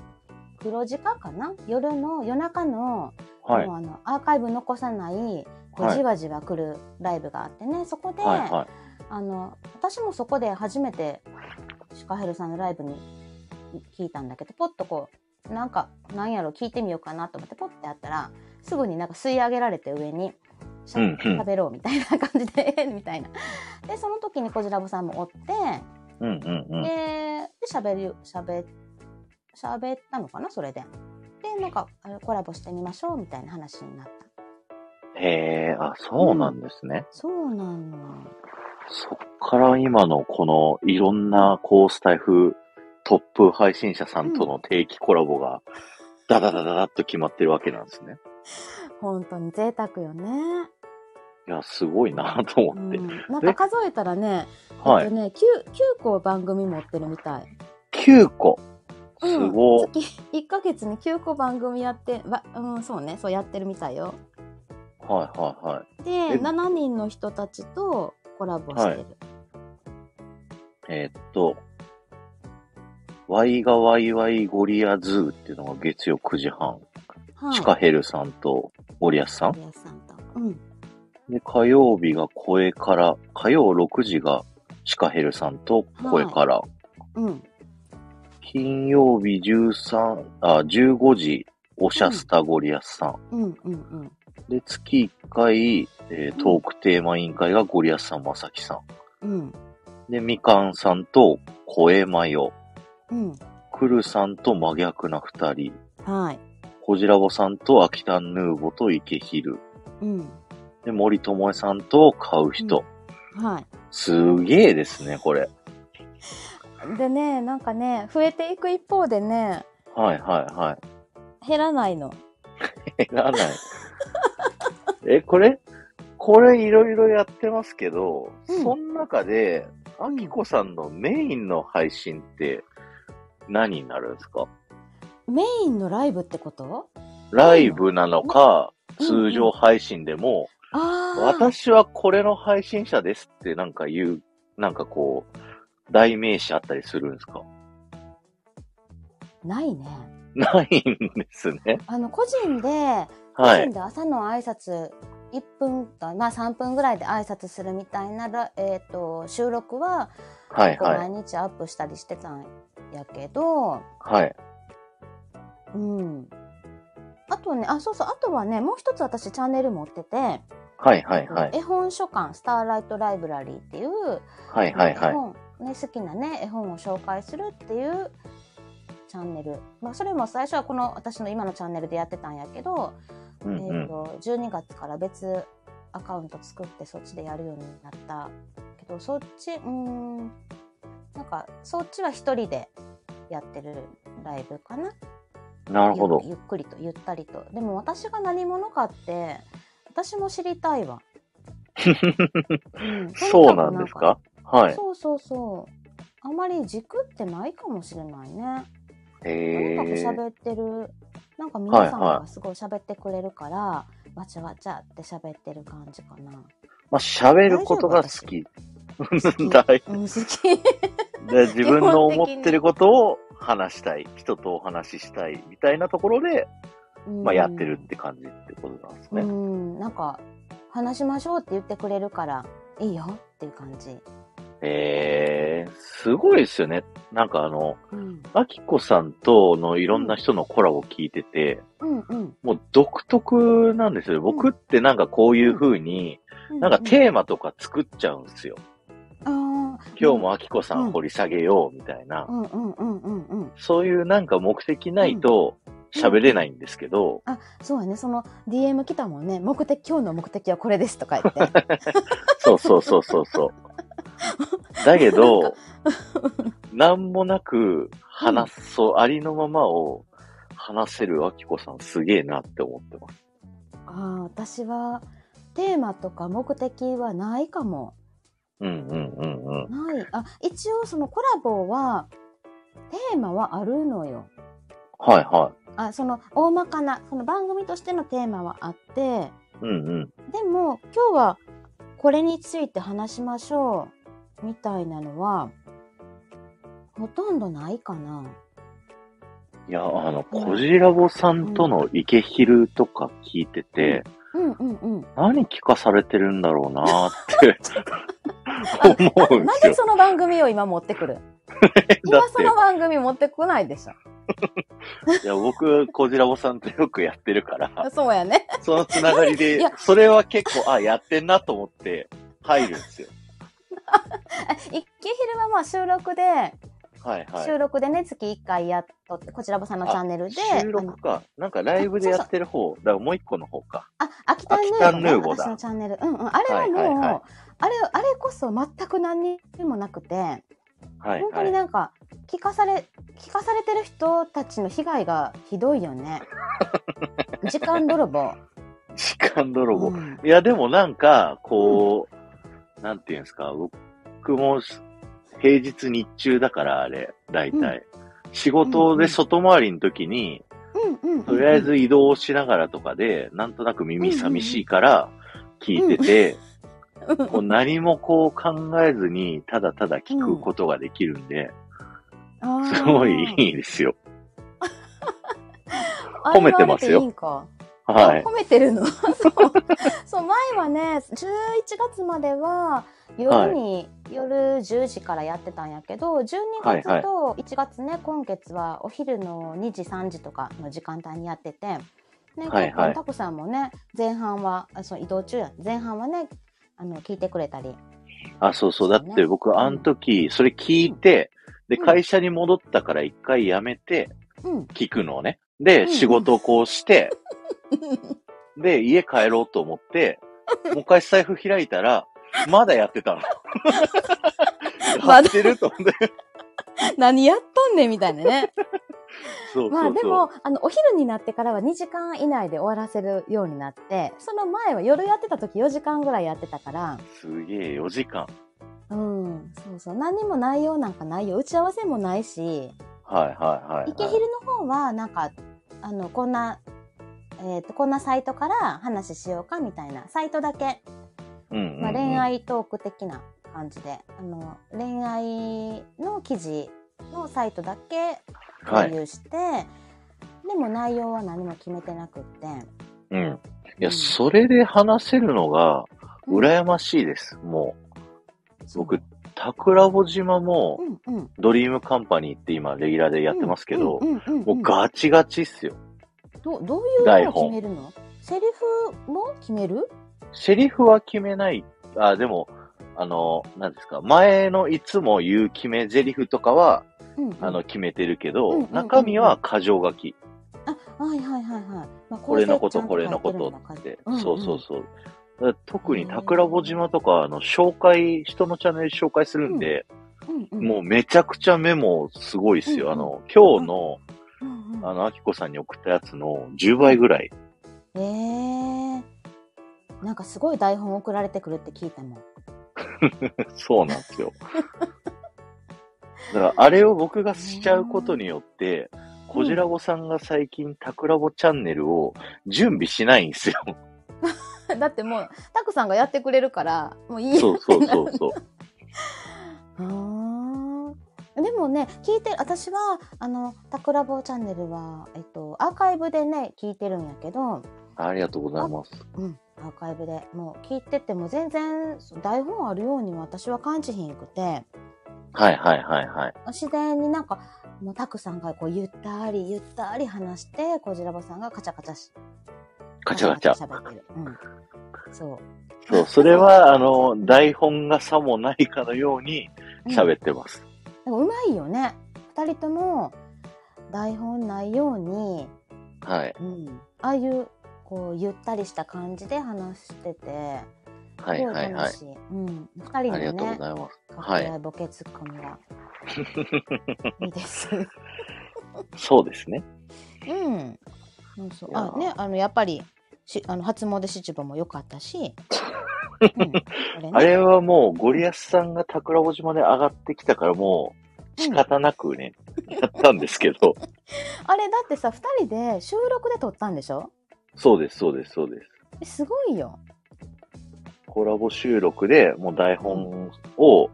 Speaker 2: 黒字化かな夜の夜中の,、
Speaker 1: はい。
Speaker 2: あのアーカイブ残さないこう
Speaker 1: はい
Speaker 2: じわじわ来るライブがあってねそこで、
Speaker 1: はいは
Speaker 2: あの私もそこで初めてシカヘルさんのライブに聞いたんだけどポッとこうなんかなんやろ聞いてみようかなと思ってポッてやったらすぐになんか吸い上げられて上にしゃ
Speaker 1: うんうん
Speaker 2: 喋ろうみたいな感じで ええみたいな。でその時にこじらぼさんもおって
Speaker 1: い。うんうんうん。
Speaker 2: でで喋る喋喋ったのかなそれで。でなんかあれコラボしてみましょうみたいな話になった。
Speaker 1: へえ、あ、そうなんですね。
Speaker 2: そうなの。
Speaker 1: そっから今のこのいろんなこうスタイフトップ配信者さんとの定期コラボがダダダダダっと決まってるわけなんですね。
Speaker 2: 本当に贅沢よね。
Speaker 1: いや、すごいなと
Speaker 2: う
Speaker 1: 思って。
Speaker 2: ん、なんか数えたらね、
Speaker 1: は
Speaker 2: えっ
Speaker 1: い。
Speaker 2: とね、9, 9個番組持ってるみたい。
Speaker 1: 9個。
Speaker 2: う
Speaker 1: す
Speaker 2: ん
Speaker 1: ごい。
Speaker 2: 月1ヶ月に9個番組やって、わうん、そうね、そうやってるみたいよ。
Speaker 1: はいはいはい。
Speaker 2: で、
Speaker 1: え
Speaker 2: 7人の人たちとコラボしてる。
Speaker 1: えーっと、ワイがワイワイゴリアズーっていうのが月曜9時半。
Speaker 2: はい。
Speaker 1: シカヘルさんとゴリアスさん。
Speaker 2: ゴリアスさんと。うん。
Speaker 1: で、火曜日が声から、火曜6時がシカヘルさんと声から。
Speaker 2: うん。
Speaker 1: 金曜日13あ15時、おしゃスタゴリアスさん。
Speaker 2: うんうんうん。
Speaker 1: で、月1回、えートークテーマ委員会がゴリアスさん、まさきさ
Speaker 2: うん。
Speaker 1: ん。で、みかんさんと声マヨ。
Speaker 2: うん。
Speaker 1: くるさんと真逆な二人。
Speaker 2: はい。
Speaker 1: こじらぼさんと秋田ヌーボと池昼。
Speaker 2: うん。
Speaker 1: で、森友えさんと買う人。
Speaker 2: はい。
Speaker 1: すげえですね、これ。
Speaker 2: でね、なんかね、増えていく一方でね、
Speaker 1: はいはいは
Speaker 2: 減らないの。
Speaker 1: い。減らない。え、これこれいろいろやってますけど、
Speaker 2: うん
Speaker 1: その中で、あきこさんのメインの配信って何になるんですか
Speaker 2: メインのライブってこと
Speaker 1: ライブなのか、
Speaker 2: うん
Speaker 1: 通常配信でも、
Speaker 2: ああ。
Speaker 1: 私はこれの配信者ですってなんか言う、なんかこう、代名詞あったりするんですか
Speaker 2: ないね。
Speaker 1: ないんですね。
Speaker 2: あの、個人で、
Speaker 1: は
Speaker 2: 個人
Speaker 1: い。
Speaker 2: で朝の挨拶、1分か、まあ3分ぐらいで挨拶するみたいなら、えっ、と、収録は、
Speaker 1: はい
Speaker 2: 結構
Speaker 1: はい。
Speaker 2: 毎日アップしたりしてたんやけど、
Speaker 1: はい。
Speaker 2: うん。あとね、あ、そうそう、あとはね、もう一つ私チャンネル持ってて、
Speaker 1: はいはいはい。
Speaker 2: 絵本書館、スターライトライブラリーっていう、
Speaker 1: はいはいは
Speaker 2: 絵
Speaker 1: い。
Speaker 2: 本、ね、好きなね、絵本を紹介するっていうチャンネル。まあ、それも最初はこの私の今のチャンネルでやってたんやけど、
Speaker 1: うんう
Speaker 2: えっ
Speaker 1: ん。
Speaker 2: と、12月から別アカウント作ってそっちでやるようになったけど、そっち、うーん、なんか、そっちは一人でやってるライブかな。
Speaker 1: なるほど
Speaker 2: ゆ。ゆっくりとゆったりとでも私が何者かって私も知りたいわ、うん
Speaker 1: そうなんですかはい。
Speaker 2: そうそうそうあまり軸ってないかもしれないねと
Speaker 1: へ
Speaker 2: にかく
Speaker 1: え。
Speaker 2: 喋ってるなんか皆さん
Speaker 1: はいは
Speaker 2: がすごい喋ってくれるから、わちゃわちゃって喋ってる感じかな
Speaker 1: まあ、喋ることが好き。
Speaker 2: 夫
Speaker 1: だい
Speaker 2: うん好き
Speaker 1: で自分の
Speaker 2: 基本的に
Speaker 1: 思ってることを話したい。人とお話ししたい。みたいなところで、まあ、やってるって感じってことなんです
Speaker 2: う
Speaker 1: ね。
Speaker 2: んなんか話しましょうって言ってくれるからいいよっていう感じ、
Speaker 1: ええすごいですよね。なんかあの、
Speaker 2: うん、
Speaker 1: あきこさんとのいろんな人のコラボ聞いてて、
Speaker 2: うんうん
Speaker 1: もう独特なんですよ。僕ってなんかこういう風に、
Speaker 2: う
Speaker 1: なんかテーマとか作っちゃうんですよ。
Speaker 2: あー
Speaker 1: 今日もあきこさ
Speaker 2: うん
Speaker 1: ん掘り下げようみたいな。
Speaker 2: うんうんうんうんうん
Speaker 1: そういうなんか目的ないと喋れないんですけど、
Speaker 2: あそうやねその DM 来たもんね目的今日の目的はこれですとか言って
Speaker 1: そうそうそうそうそう。だけど、なんもなく話す、そう、ありのままを話せるあきこさんすげえなって思ってます。
Speaker 2: あー私はテーマとか目的はないかも
Speaker 1: うんうんうんうん。
Speaker 2: ないあ一応そのコラボはテーマはあるのよ
Speaker 1: はいは
Speaker 2: あその大まかなその番組としてのテーマはあって
Speaker 1: い。うんうん。
Speaker 2: でも今日はこれについて話しましょうみたいなのはほとんどないかな。
Speaker 1: いや、あの、
Speaker 2: うん
Speaker 1: こじらぼさんとの池ひるとか聞いてて、
Speaker 2: うんうんうん。
Speaker 1: 何聞かされてるんだろうなー って思うんで
Speaker 2: な
Speaker 1: す
Speaker 2: ぜ
Speaker 1: よ。
Speaker 2: その番組を今持ってくる
Speaker 1: だ
Speaker 2: 今
Speaker 1: っ
Speaker 2: その番組持ってこないでしょ。
Speaker 1: て、いや、僕、こじらぼさんとよくやってるから、
Speaker 2: そうやね。
Speaker 1: そのつながり
Speaker 2: い
Speaker 1: で
Speaker 2: や、
Speaker 1: それは結構、あ、やってんなと思って入るんですよ。
Speaker 2: 一気昼はまあ収録で、
Speaker 1: はいはい。
Speaker 2: 収録でね、月1回やっとって、こちらぼさんのチャンネルで、
Speaker 1: 収
Speaker 2: あの
Speaker 1: 録か。なんかライブでやってる方。だからもう一個の方か。
Speaker 2: あ、秋田ヌ
Speaker 1: 秋田ヌ
Speaker 2: ー
Speaker 1: ー
Speaker 2: ボ
Speaker 1: ボ
Speaker 2: ー
Speaker 1: ー
Speaker 2: だ、
Speaker 1: だ
Speaker 2: 私のチャンネル。うんうん。あれはもう、
Speaker 1: はいはいはい
Speaker 2: あれ、あれこそ全く何にもなくて、
Speaker 1: はい
Speaker 2: 本当
Speaker 1: は
Speaker 2: に
Speaker 1: い。
Speaker 2: なんか、聞かされ、聞かされてる人たちの被害がひどい よね。時間泥棒。
Speaker 1: 時間泥棒。
Speaker 2: うん
Speaker 1: いや、でもなんか、こう、なんていうんですか。僕もし平日日中だから、あれ、大体。仕事で外回りの時に、
Speaker 2: うんうんうんうん
Speaker 1: とりあえず移動しながらとかで、なんとなく耳寂しいから聞いてて、
Speaker 2: うん
Speaker 1: こう何もこう考えずに、ただただ聞くことができるんで、
Speaker 2: あー
Speaker 1: すごいいいですよ。
Speaker 2: あれは
Speaker 1: 褒めてますよ
Speaker 2: あれでいいんか
Speaker 1: はい
Speaker 2: あ。褒めてるの そうそう、前はね、11月までは、夜に、夜10時からやってたんやけど、12
Speaker 1: はいは
Speaker 2: 月
Speaker 1: い
Speaker 2: と1月ね、今月はお昼の2時、3時とかの時間帯にやってて、ね、
Speaker 1: はいはい
Speaker 2: タコさんもね、前半は、あその移動中や、前半はね、あの、聞いてくれたり。
Speaker 1: あ、そうそう。
Speaker 2: そ
Speaker 1: だ
Speaker 2: うね
Speaker 1: って僕、あの時、それ聞いて、で、
Speaker 2: うん
Speaker 1: 会社に戻ったから一回やめて、
Speaker 2: うん。
Speaker 1: 聞くのをね。
Speaker 2: う
Speaker 1: で、
Speaker 2: ん
Speaker 1: 仕事をこうして、で、家帰ろうと思って、もう一回財布開いたら、まだやって たの。
Speaker 2: まだ
Speaker 1: やってると思って。
Speaker 2: 何やっとんねんみたいなね。
Speaker 1: そうそうそう。
Speaker 2: まあでも、あの、お昼になってからは2時間以内で終わらせるようになって、その前は夜やってた時4時間ぐらいやってたから、
Speaker 1: すげえ、4時間。
Speaker 2: うん、そうそう、何にも内容なんかないよ。打ち合わせもないし、
Speaker 1: はいはいはい、はい。
Speaker 2: 池昼の方は、なんか、あの、こんな、えっ、と、こんなサイトから話しようかみたいな、サイトだけ、
Speaker 1: うんうんうん
Speaker 2: まあ、恋。愛トーク的な感じで、あの、恋愛の記事のサイトだけ
Speaker 1: は
Speaker 2: 共
Speaker 1: い。
Speaker 2: 有して、でも内容は何も決めてなくって。
Speaker 1: うん。いうや、
Speaker 2: ん
Speaker 1: それで話せるのが、羨ましいです。もう、僕、桜穂島も、
Speaker 2: うんうん、
Speaker 1: ドリームカンパニーって今、レギュラーでやってますけど、
Speaker 2: うんうんうんうん
Speaker 1: もうガチガチっすよ。
Speaker 2: どどういう
Speaker 1: 台
Speaker 2: のを
Speaker 1: 本
Speaker 2: 決めるのセリフも決める
Speaker 1: セリフは決めない。あ、でも、あの、なんですか、前のいつも言う決めセリフとかは、
Speaker 2: うんうん
Speaker 1: あの、決めてるけ
Speaker 2: うんうんうん
Speaker 1: ど
Speaker 2: う、ん
Speaker 1: 中身は箇条書き。
Speaker 2: あはいはいはいはい。まあ、
Speaker 1: これのこと、これのこと
Speaker 2: 構成ちゃん書
Speaker 1: っ
Speaker 2: いて
Speaker 1: て
Speaker 2: るんだ。
Speaker 1: そうそう
Speaker 2: 書いて
Speaker 1: そう。だから特に桜穂島とか、あの、紹介、人のチャンネル紹介するんで、
Speaker 2: るうんうんうんうん
Speaker 1: もうめちゃくちゃメモすごいっす
Speaker 2: うんう
Speaker 1: よ。
Speaker 2: ん
Speaker 1: あの、今日の、
Speaker 2: うんうん
Speaker 1: あの、あきこさんに送ったやつの10倍ぐらい。
Speaker 2: えー、なんかすごい台本送られてくるって聞いたもん。
Speaker 1: そうなんですよ。だから、あれを僕がしちゃうことによって、こじらぼさんが最近、タクラボチャンネルを準備しないんですよ。
Speaker 2: だってもう、タクさんがやってくれるから、もういいや
Speaker 1: そうそうそうそう。
Speaker 2: あーでもね聞いて私はあの「タクラボチャンネルは」えっと、アーカイブでね聞いてるんやけど、
Speaker 1: ありがとうございます。
Speaker 2: うん、アーカイブでもう聞いてても全然そう台本あるようには私は感じひんくて
Speaker 1: はいはいはいはい。
Speaker 2: 自然になんかもうタクさんがこうゆったりゆったり話してこじらぼさんがカチャカチャし
Speaker 1: ガチャガチャ。
Speaker 2: 喋ってる、うん、そう
Speaker 1: そう、それは、あの、台本がさもないかのように喋ってます。
Speaker 2: でもうまいよね二人とも台本ないように
Speaker 1: はい。
Speaker 2: うん、ああいうこうゆったりした感じで話してて、
Speaker 1: は
Speaker 2: す
Speaker 1: い
Speaker 2: ごい
Speaker 1: はいは
Speaker 2: 楽
Speaker 1: い。
Speaker 2: しい。うん、二人
Speaker 1: ありがとう
Speaker 2: の
Speaker 1: ご
Speaker 2: ね、
Speaker 1: ざいます。
Speaker 2: 掛け合
Speaker 1: はい
Speaker 2: ボケツッコミがいいです。
Speaker 1: そうですね。
Speaker 2: うん、そうそう。
Speaker 1: いや
Speaker 2: あ
Speaker 1: ー
Speaker 2: ね、あのやっぱりしあの初詣七部も良かっ たし、うん、あれね
Speaker 1: あれはもう、ゴリアスさんが桜穂島で上がってきたから、もう、仕方なくね、やったんですけ ど、
Speaker 2: あれだってさ二人で収録で撮ったんでしょ？
Speaker 1: そうです、そうです、そうです。
Speaker 2: えすごいよ。
Speaker 1: コラボ収録で、もう台本を、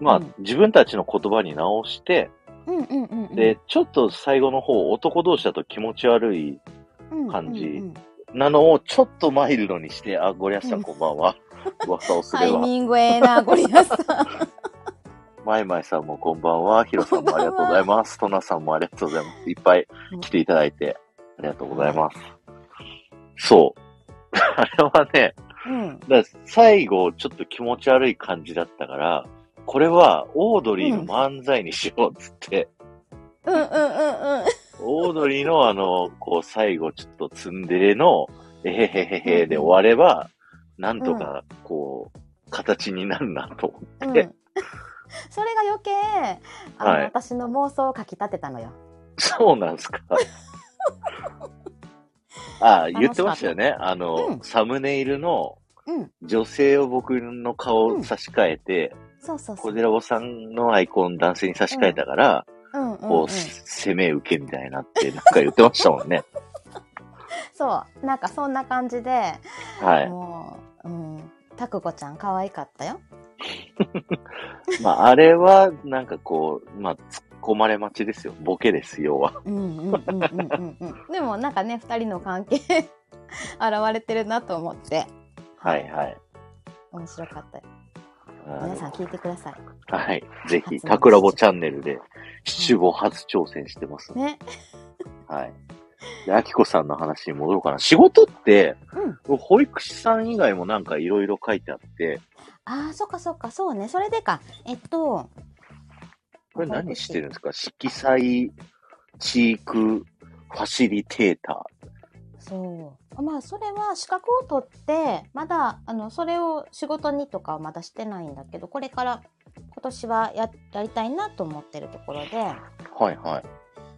Speaker 1: まあ、
Speaker 2: うん
Speaker 1: 自分たちの言葉に直して、
Speaker 2: うんうんうん、うん。
Speaker 1: で、ちょっと最後の方、男同士だと気持ち悪い感じ
Speaker 2: うんうんうん
Speaker 1: なのを、ちょっとマイルドにして、あ、ゴリアスさんこんばん は。噂をす
Speaker 2: タ
Speaker 1: れ
Speaker 2: イ
Speaker 1: ば、
Speaker 2: ミングえ えな、ゴリアスさん。
Speaker 1: マイマイさんもこんばんは。ヒロさんもありがとうございます。トナさんもありがとうございます。いっぱい来ていただいて、ありがとうございます。そう。 あれはね、
Speaker 2: うん。
Speaker 1: だから最後、ちょっと気持ち悪い感じだったから、これはオードリーの漫才にしようっつって、
Speaker 2: うんうんう んうん。
Speaker 1: オードリーのあの、こう最後ちょっとツンデレの、えへへへへで終われば、なんとか、こう、形になるなと思
Speaker 2: うん、そ
Speaker 1: っ
Speaker 2: れ
Speaker 1: て、
Speaker 2: が余計あの、
Speaker 1: はい
Speaker 2: 私の妄想をかきたてたのよ。
Speaker 1: そうなんすか。 あ、言ってましたよね。あの、
Speaker 2: うん
Speaker 1: サムネイルの
Speaker 2: うん、
Speaker 1: 女性を僕の顔を差し替えて、
Speaker 2: そうそうそ
Speaker 1: 小
Speaker 2: う。
Speaker 1: 寺坊さんのアイコン男性に差し替えたから、
Speaker 2: うんうん
Speaker 1: こ
Speaker 2: う
Speaker 1: う、
Speaker 2: ん、
Speaker 1: 攻め受けみたいなって、なんか言ってましたもん ね。
Speaker 2: そうなんかそんな感じで、
Speaker 1: はい。
Speaker 2: もう、うん、タクコちゃん可愛かったよ。
Speaker 1: まあ、あれは、なんかこう、まあ、突っ込まれ待ちですよ。ボケです、要は。
Speaker 2: うんうんうんうんうんうん。でもなんかね二人の関係 現れてるなと思って
Speaker 1: はい、はい。
Speaker 2: 面白かったよ。
Speaker 1: なる
Speaker 2: 皆
Speaker 1: ほ
Speaker 2: さん聞いてくださ
Speaker 1: どはい。ぜひ、
Speaker 2: 初
Speaker 1: タクラボチャンネルで、七五初挑戦してます
Speaker 2: い。。ね。
Speaker 1: はい。で、アキコさんの話に戻ろうかな。仕事って、
Speaker 2: うん。
Speaker 1: 保育士さん以外もなんかいろいろ書いてあって、
Speaker 2: ああそっかそっかそうねそれでかえっと
Speaker 1: これ何してるんですか色彩、チーク、ファシリテータ
Speaker 2: そう。まあ、それは資格を取って、まだ、あの、それを仕事にとかはまだしてないんだけど、これから、今年はややりたいなと思ってるところで、
Speaker 1: ー。はい、はい。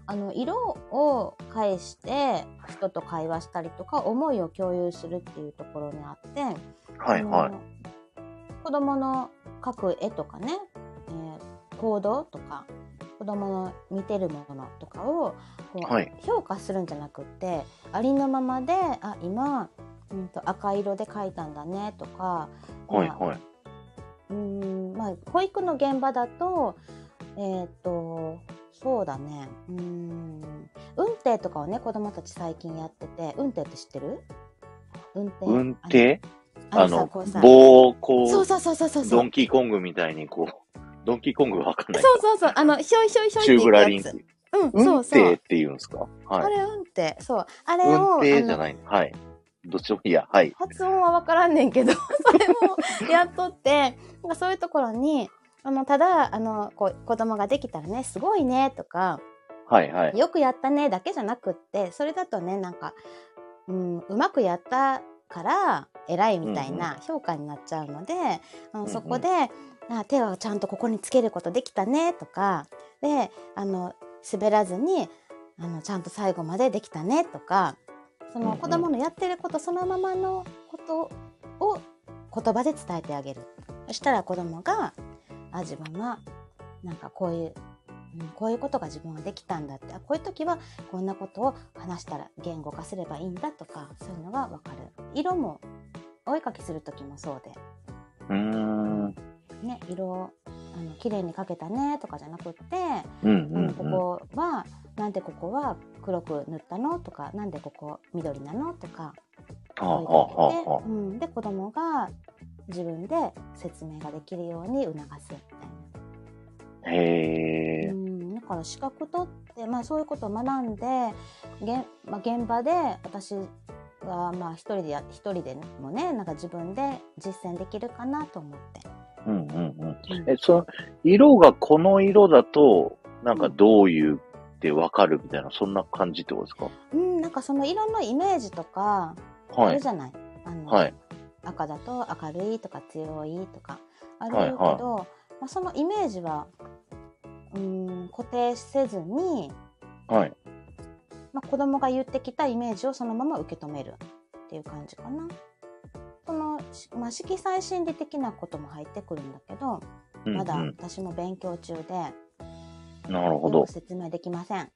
Speaker 2: あの色を介して人と会話したりとか思いを共有するっていうところにあって、
Speaker 1: はいは
Speaker 2: あ
Speaker 1: い。
Speaker 2: の子供の描く絵とかね、えー行動とか子供の見てるものとかをこう、
Speaker 1: はい
Speaker 2: 評価するんじゃなくってありのままであ今、うん、と赤色で描いたんだねとか、
Speaker 1: はい
Speaker 2: まあ
Speaker 1: はい。
Speaker 2: うーんまあ保育の現場だとえーっ、とそうだねうーん運転とかをね子供たち最近やってて運転って知ってる運転
Speaker 1: 運転あの
Speaker 2: こうさ、
Speaker 1: 棒、こ
Speaker 2: そう
Speaker 1: う、
Speaker 2: そうそうそうそうそ
Speaker 1: ド
Speaker 2: う
Speaker 1: ンキーコングみたいにこう、ドンキーコングわかんないか。
Speaker 2: そうそうそうあのひょいひょいひょい
Speaker 1: チューブラ
Speaker 2: って
Speaker 1: リ
Speaker 2: い
Speaker 1: ン
Speaker 2: くやつ
Speaker 1: ク。
Speaker 2: うん
Speaker 1: 運
Speaker 2: そうそ
Speaker 1: 転っ
Speaker 2: う
Speaker 1: て言うんですか
Speaker 2: あ
Speaker 1: はい。
Speaker 2: れ運転そうあれ
Speaker 1: 運
Speaker 2: をあ
Speaker 1: 転じゃ
Speaker 2: の
Speaker 1: ないのはい。どっちでもいいや。はい。
Speaker 2: 発音は分からんねんけど それもやっとってなんかそういうところにあのただあのこう子供ができたらねすごいねとか
Speaker 1: はいはい。
Speaker 2: よくやったねだけじゃなくってそれだとねなんか、うん、うまくやったから偉いみたいな評価になっちゃうので、あ
Speaker 1: うんう
Speaker 2: の
Speaker 1: ん
Speaker 2: そこで、あ手はちゃんとここにつけることできたねとかであの滑らずにあのちゃんと最後までできたねとかそ
Speaker 1: うんう
Speaker 2: の
Speaker 1: ん
Speaker 2: 子供のやってることそのままのことを言葉で伝えてあげるそしたら子供があ自分はなんかこういう、うん、こういうことが自分はできたんだってあこういう時はこんなことを話したら言語化すればいいんだとかそういうのが分かる色もお絵かきする時もそう
Speaker 1: うーん。うん
Speaker 2: で、ね、色をあの綺麗に描けたねとかじゃなくって、
Speaker 1: う
Speaker 2: あの
Speaker 1: んうん。
Speaker 2: ここはなんでここは黒く塗ったのとかなんでここ緑なのとか
Speaker 1: はあ
Speaker 2: 問い
Speaker 1: はあ
Speaker 2: かけて、
Speaker 1: は
Speaker 2: うん、で子供が自分で説明ができるように促すみたいな。
Speaker 1: あはあ。へ
Speaker 2: う
Speaker 1: え。
Speaker 2: ん、だから資格取って、まあ、そういうことを学んで現,、まあ、現場で私はまあ一人でや一人でもねなんか自分で実践できるかなと思って。
Speaker 1: うんうんうん。
Speaker 2: うん
Speaker 1: え、その、色がこの色だと、なんかどういうってわかるみたいな、そんな感じってことですか
Speaker 2: うん、なんかその色のイメージとかあ
Speaker 1: は
Speaker 2: る
Speaker 1: い
Speaker 2: じ。ゃない、あの
Speaker 1: はい。
Speaker 2: 赤だと明るいとか強いとかあるけど、
Speaker 1: はいはい
Speaker 2: まあ、そのイメージはうん固定せずに、
Speaker 1: はい。
Speaker 2: まあ、子供が言ってきたイメージをそのまま受け止めるっていう感じかな。その、しまあ、色彩心理的なことも入ってくるんだけど、
Speaker 1: うんうん
Speaker 2: まだ私も勉強中で、
Speaker 1: なるほ
Speaker 2: よ
Speaker 1: ど
Speaker 2: く。説明できません。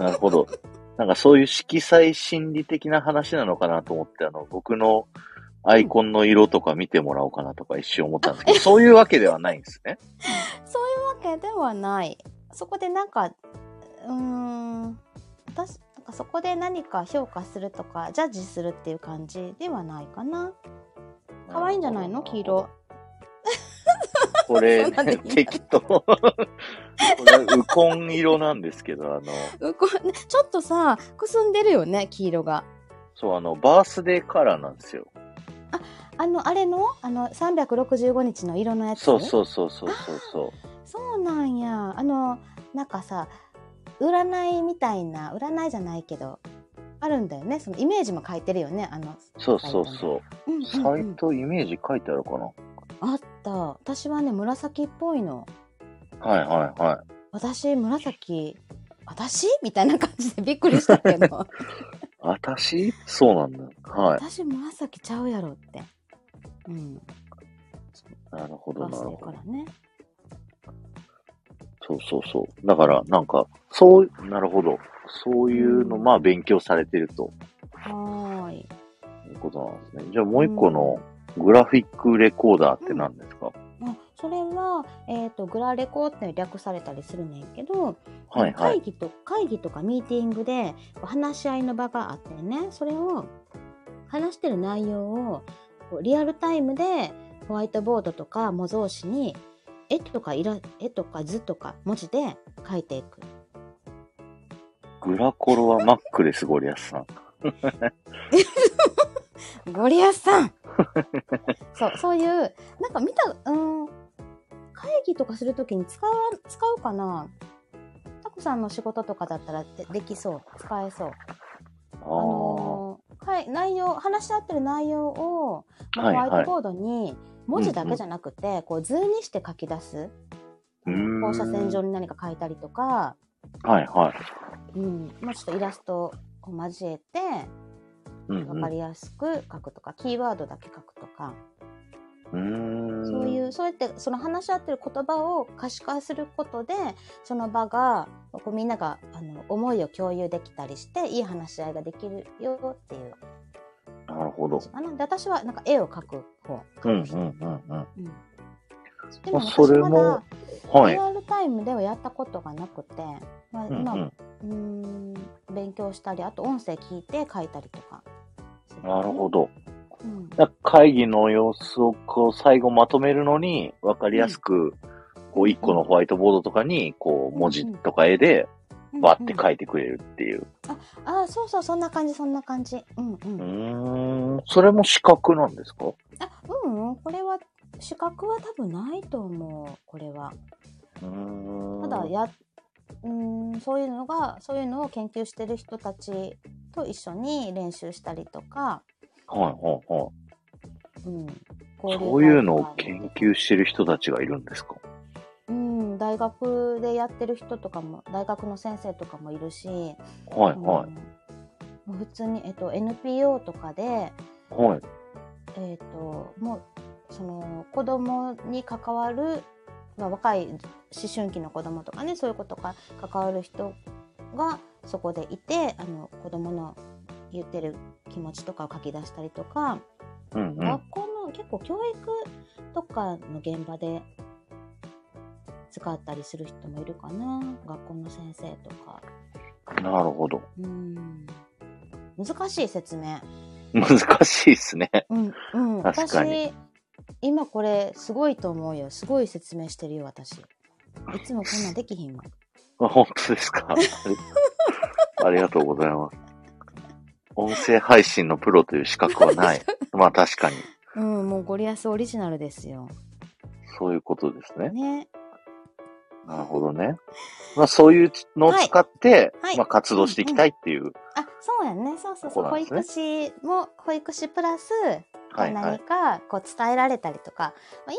Speaker 1: なるほど。 なんかそういう色彩心理的な話なのかなと思って、あの、僕のアイコンの色とか見てもらおうかなとか一瞬思ったんですけど、そういうわけではないんですね。
Speaker 2: そういうわけではない。そこでなんか、うーん、私、なんかそこで何か評価するとか、ジャッジするっていう感じではないかな。可愛いんじゃないの黄色。
Speaker 1: これ、
Speaker 2: そうなんで
Speaker 1: ね
Speaker 2: す、ね
Speaker 1: 適当。 これ、ウコン色なんですけど、あの、
Speaker 2: うこ ちょっとさ、くすんでるよね、黄色が。
Speaker 1: そう、あの、バースデーカラーなんですよ。
Speaker 2: あの、あれのあの、365日の色のやつ
Speaker 1: そうそうそうそうそうそ
Speaker 2: そうなんや。あの、なんかさ、占いみたいな、占いじゃないけど、あるんだよね。そのイメージも書いてるよね。あの、
Speaker 1: う。そうそうそう。
Speaker 2: うんうん
Speaker 1: サ
Speaker 2: うん
Speaker 1: イトイメージ書いてあるかな。
Speaker 2: あった。私はね、紫っぽいの。
Speaker 1: はいはいはい。
Speaker 2: 私、紫、私みたいな感じでびっくりしたけ ど、
Speaker 1: 私そうなんだ。はい。
Speaker 2: 私紫ちゃうやろって。うん。
Speaker 1: なるほど、
Speaker 2: バ
Speaker 1: な
Speaker 2: ス
Speaker 1: る
Speaker 2: だ
Speaker 1: ほ
Speaker 2: か
Speaker 1: ど。
Speaker 2: らね。
Speaker 1: そうそうそう。だから、なんか、そう、なるほど。そういうの、
Speaker 2: うん
Speaker 1: まあ、勉強されてると
Speaker 2: はーい。
Speaker 1: いうことなんですね。じゃあ、もう一個のグラフィックレコーダーって何ですか、
Speaker 2: あそれは、えっとグラレコって略されたりするねんけど、
Speaker 1: はいはい
Speaker 2: 会。議と会議とかミーティングでこう話し合いの場があってねそれを話してる内容をこうリアルタイムでホワイトボードとか模造紙に絵とかイラ絵とか図とか文字で書いていく。
Speaker 1: グラコロはマックです、ゴリアスさん。
Speaker 2: ゴリアスさん そうそういうなんか見たうん会議とかするときに使う使うかなタコさんの仕事とかだったらでできそう使えそう。
Speaker 1: あ
Speaker 2: あ
Speaker 1: ー
Speaker 2: のーはい、内容話し合ってる内容を、まあ
Speaker 1: はい
Speaker 2: ホ
Speaker 1: はい
Speaker 2: ワイトボードに文字だけじゃなくて、こう図にして書き出す
Speaker 1: う
Speaker 2: あ
Speaker 1: ーん
Speaker 2: の放射線上に何か書いたりとか、
Speaker 1: はいはい。
Speaker 2: うん、もうちょっとイラストを交えて
Speaker 1: うん
Speaker 2: 分かりやすく書くとか、キーワードだけ書くとか、
Speaker 1: うん。
Speaker 2: そういううそうやってその話し合ってる言葉を可視化することでその場がこうみんながあの思いを共有できたりしていい話し合いができるよっていう
Speaker 1: ーん。なるほど。
Speaker 2: あなんで私はなんか絵を描く方
Speaker 1: うんうんうんうん。
Speaker 2: うんでも
Speaker 1: あそれも
Speaker 2: 私まだ
Speaker 1: はい
Speaker 2: リ。アルタイムではやったことがなくて、まあ、
Speaker 1: うん
Speaker 2: 今、
Speaker 1: う
Speaker 2: うんーん勉強したりあと音声聞いて書いたりとかすね
Speaker 1: なるほ、ど。
Speaker 2: うん
Speaker 1: だから会議の様子をこう最後まとめるのに分かりやすく、こう一個のホワイトボードとかに、こう文字とか絵でバッて
Speaker 2: い
Speaker 1: 書いてくれるっていう。
Speaker 2: あそうそうそんな感じそんな感じうんうん、
Speaker 1: うーん。それも資格なんですか
Speaker 2: あうんうんこれは資格は多分ないと思うこれは
Speaker 1: うー
Speaker 2: た
Speaker 1: ん。
Speaker 2: だやうーんそういうのがそういうのを研究してる人たちと一緒に練習したりとか、
Speaker 1: はいはいはい。
Speaker 2: うん、
Speaker 1: そういうのを
Speaker 2: 研
Speaker 1: 研究してる人たちがいるんですか
Speaker 2: うん、大学でやってる人とかも大学の先生とかもいるし、
Speaker 1: はい
Speaker 2: うん
Speaker 1: は
Speaker 2: もう普通に、えっと、NPO とかで、
Speaker 1: い。はい。
Speaker 2: えっともうその子供に関わる、まあ、若い思春期の子供とかねそういうことが関わる人がそこでいてあの子供の言ってる気持ちとかを書き出したりとか、
Speaker 1: うんうん。
Speaker 2: 学校の結構教育とかの現場で使ったりする人もいるかな学校の先生とか
Speaker 1: なるほど。
Speaker 2: うん難しい説明
Speaker 1: 難しいですね。
Speaker 2: うんうん
Speaker 1: 確かに
Speaker 2: 私今これすごいと思うよすごい説明してるよ私いつもこんなんできひんわ
Speaker 1: あ本当ですかありがとうございます。音声配信のプロという資格は ない。まあ確かに、
Speaker 2: うんもうゴリアスオリジナルですよ
Speaker 1: そういうことですね。
Speaker 2: ね
Speaker 1: なるほどね。まあそういうのを使って、
Speaker 2: はいはい
Speaker 1: まあ活動していきたいっていう。
Speaker 2: あそうやんねそうそうそう
Speaker 1: ここ
Speaker 2: 保
Speaker 1: なんですね
Speaker 2: 育士も保育士プラス
Speaker 1: はいは
Speaker 2: 何
Speaker 1: い。
Speaker 2: かこう伝えられたりとか、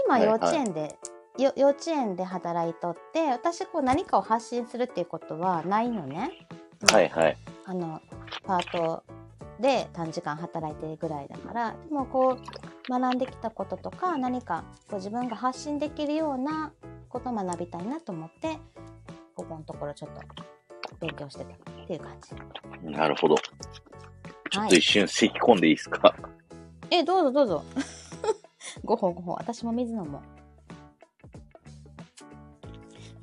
Speaker 2: まあ、
Speaker 1: は
Speaker 2: 今
Speaker 1: い
Speaker 2: 幼
Speaker 1: はい
Speaker 2: 稚園で、よ幼稚園で働いとって私こう何かを発信するっていうことはないのね
Speaker 1: はいはい。
Speaker 2: あのパートで短時間働いてるぐらいだからでもこう学んできたこととか何かこう自分が発信できるようなことを学びたいなと思ってここのところちょっと勉強してたっていう感
Speaker 1: なるほど。
Speaker 2: じ。
Speaker 1: ちょ
Speaker 2: は
Speaker 1: っと
Speaker 2: い
Speaker 1: 一、瞬咳き込んでいいですか、
Speaker 2: えどうぞどうぞ ごほうごほう私も水野も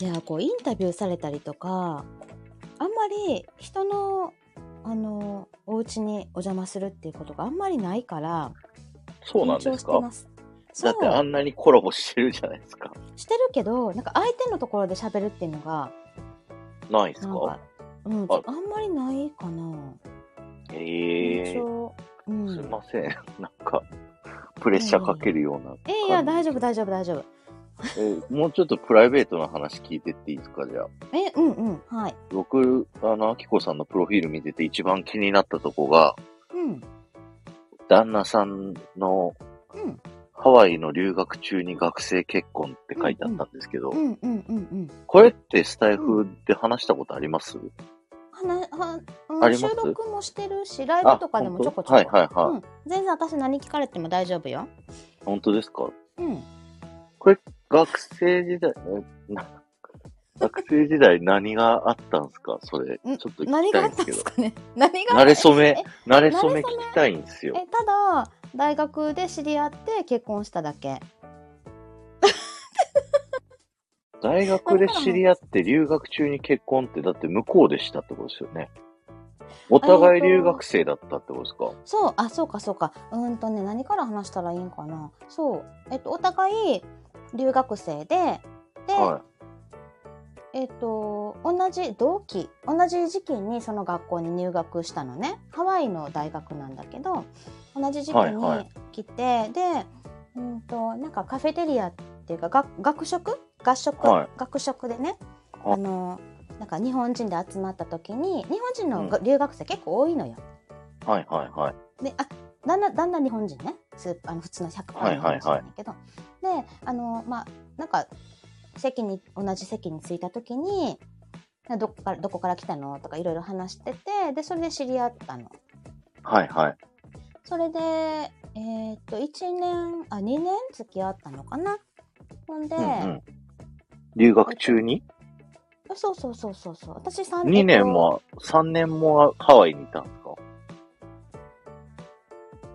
Speaker 2: いやこうインタビューされたりとかあんまり人のあのお家にお邪魔するっていうことがあんまりないから
Speaker 1: そうなんですか
Speaker 2: す
Speaker 1: だ
Speaker 2: そ
Speaker 1: ってあ
Speaker 2: うん
Speaker 1: なにコラボしてるじゃないですか。
Speaker 2: してるけどなんか相手のところで喋るっていうのが
Speaker 1: ないです
Speaker 2: なん
Speaker 1: か
Speaker 2: かうん
Speaker 1: あ
Speaker 2: あんまりないかな
Speaker 1: ええ
Speaker 2: 緊張うん
Speaker 1: すいません。なんか、プレッシャーかけるような。
Speaker 2: えいや大丈夫大丈夫大丈夫
Speaker 1: えーもうちょっとプライベートな話聞いてっていいですかじゃあ。
Speaker 2: えうんうんはい
Speaker 1: 僕、あの、あきこさんのプロフィール見てて一番気になったとこが、
Speaker 2: うん
Speaker 1: 旦那さんの
Speaker 2: うん
Speaker 1: ハワイの留学中に学生結婚って書いてあったんですけど、
Speaker 2: うんうんうんうん。
Speaker 1: これってスタイフで話したことあります、
Speaker 2: はなはうん
Speaker 1: ありま
Speaker 2: 収
Speaker 1: す
Speaker 2: 録もしてるし、ライブとかでもちょこちょこ。
Speaker 1: あ本当はいはいはい
Speaker 2: うん。全然私何聞かれても大丈夫よ。
Speaker 1: 本当ですか
Speaker 2: うん。
Speaker 1: 学生時代、えな学生時代何があったんですかそれ、ちょ
Speaker 2: ん
Speaker 1: っと聞
Speaker 2: 何
Speaker 1: き
Speaker 2: が
Speaker 1: た
Speaker 2: あ
Speaker 1: い
Speaker 2: っ
Speaker 1: んで
Speaker 2: た
Speaker 1: す
Speaker 2: ん
Speaker 1: け
Speaker 2: で
Speaker 1: ど
Speaker 2: す。かね。 何があ
Speaker 1: 慣
Speaker 2: っ
Speaker 1: れ初め
Speaker 2: え、
Speaker 1: 慣れ初め
Speaker 2: 馴れ
Speaker 1: 聞
Speaker 2: 初め
Speaker 1: きたいんですよ。
Speaker 2: え、ただ、大学で知り合って結婚しただけ。
Speaker 1: 大学で知り合って留学中に結婚ってだって向こうでしたってことですよね。お互い留学生だったってことですか
Speaker 2: そう、あ、そうかそうか。うーんとね、何から話したらいいんかな。そう。えっと、お互い留学生で、で、
Speaker 1: は
Speaker 2: えっと、同じ同期、同じ時期にその学校に入学したのね。ハワイの大学なんだけど、同じ時期
Speaker 1: はいは
Speaker 2: に来て、で、うんと、なんかカフェテリアっていうか、が学食合食、
Speaker 1: はい
Speaker 2: 学食でね、
Speaker 1: あ
Speaker 2: あの、なんか日本人で集まった時に、日本人のが留学生結構多いのよ。
Speaker 1: い。はいはいはい。
Speaker 2: で、あ、だんだん、だんだん日本人ね。スーあの普通の100%の日本人なんだけど。で、あの、まあ、なんか、席に、同じ席に着いた時に、どこから、どこから来たのとかいろいろ話してて、で、それで知り合ったの。
Speaker 1: はいはい。
Speaker 2: それで、えーっと、1年、あ、2年付き合ったのかなほんで、
Speaker 1: うんうん、留学中に
Speaker 2: そうそうそうそうそう。私3
Speaker 1: ?2 年。も、3年もハワイにいたんですか
Speaker 2: えっ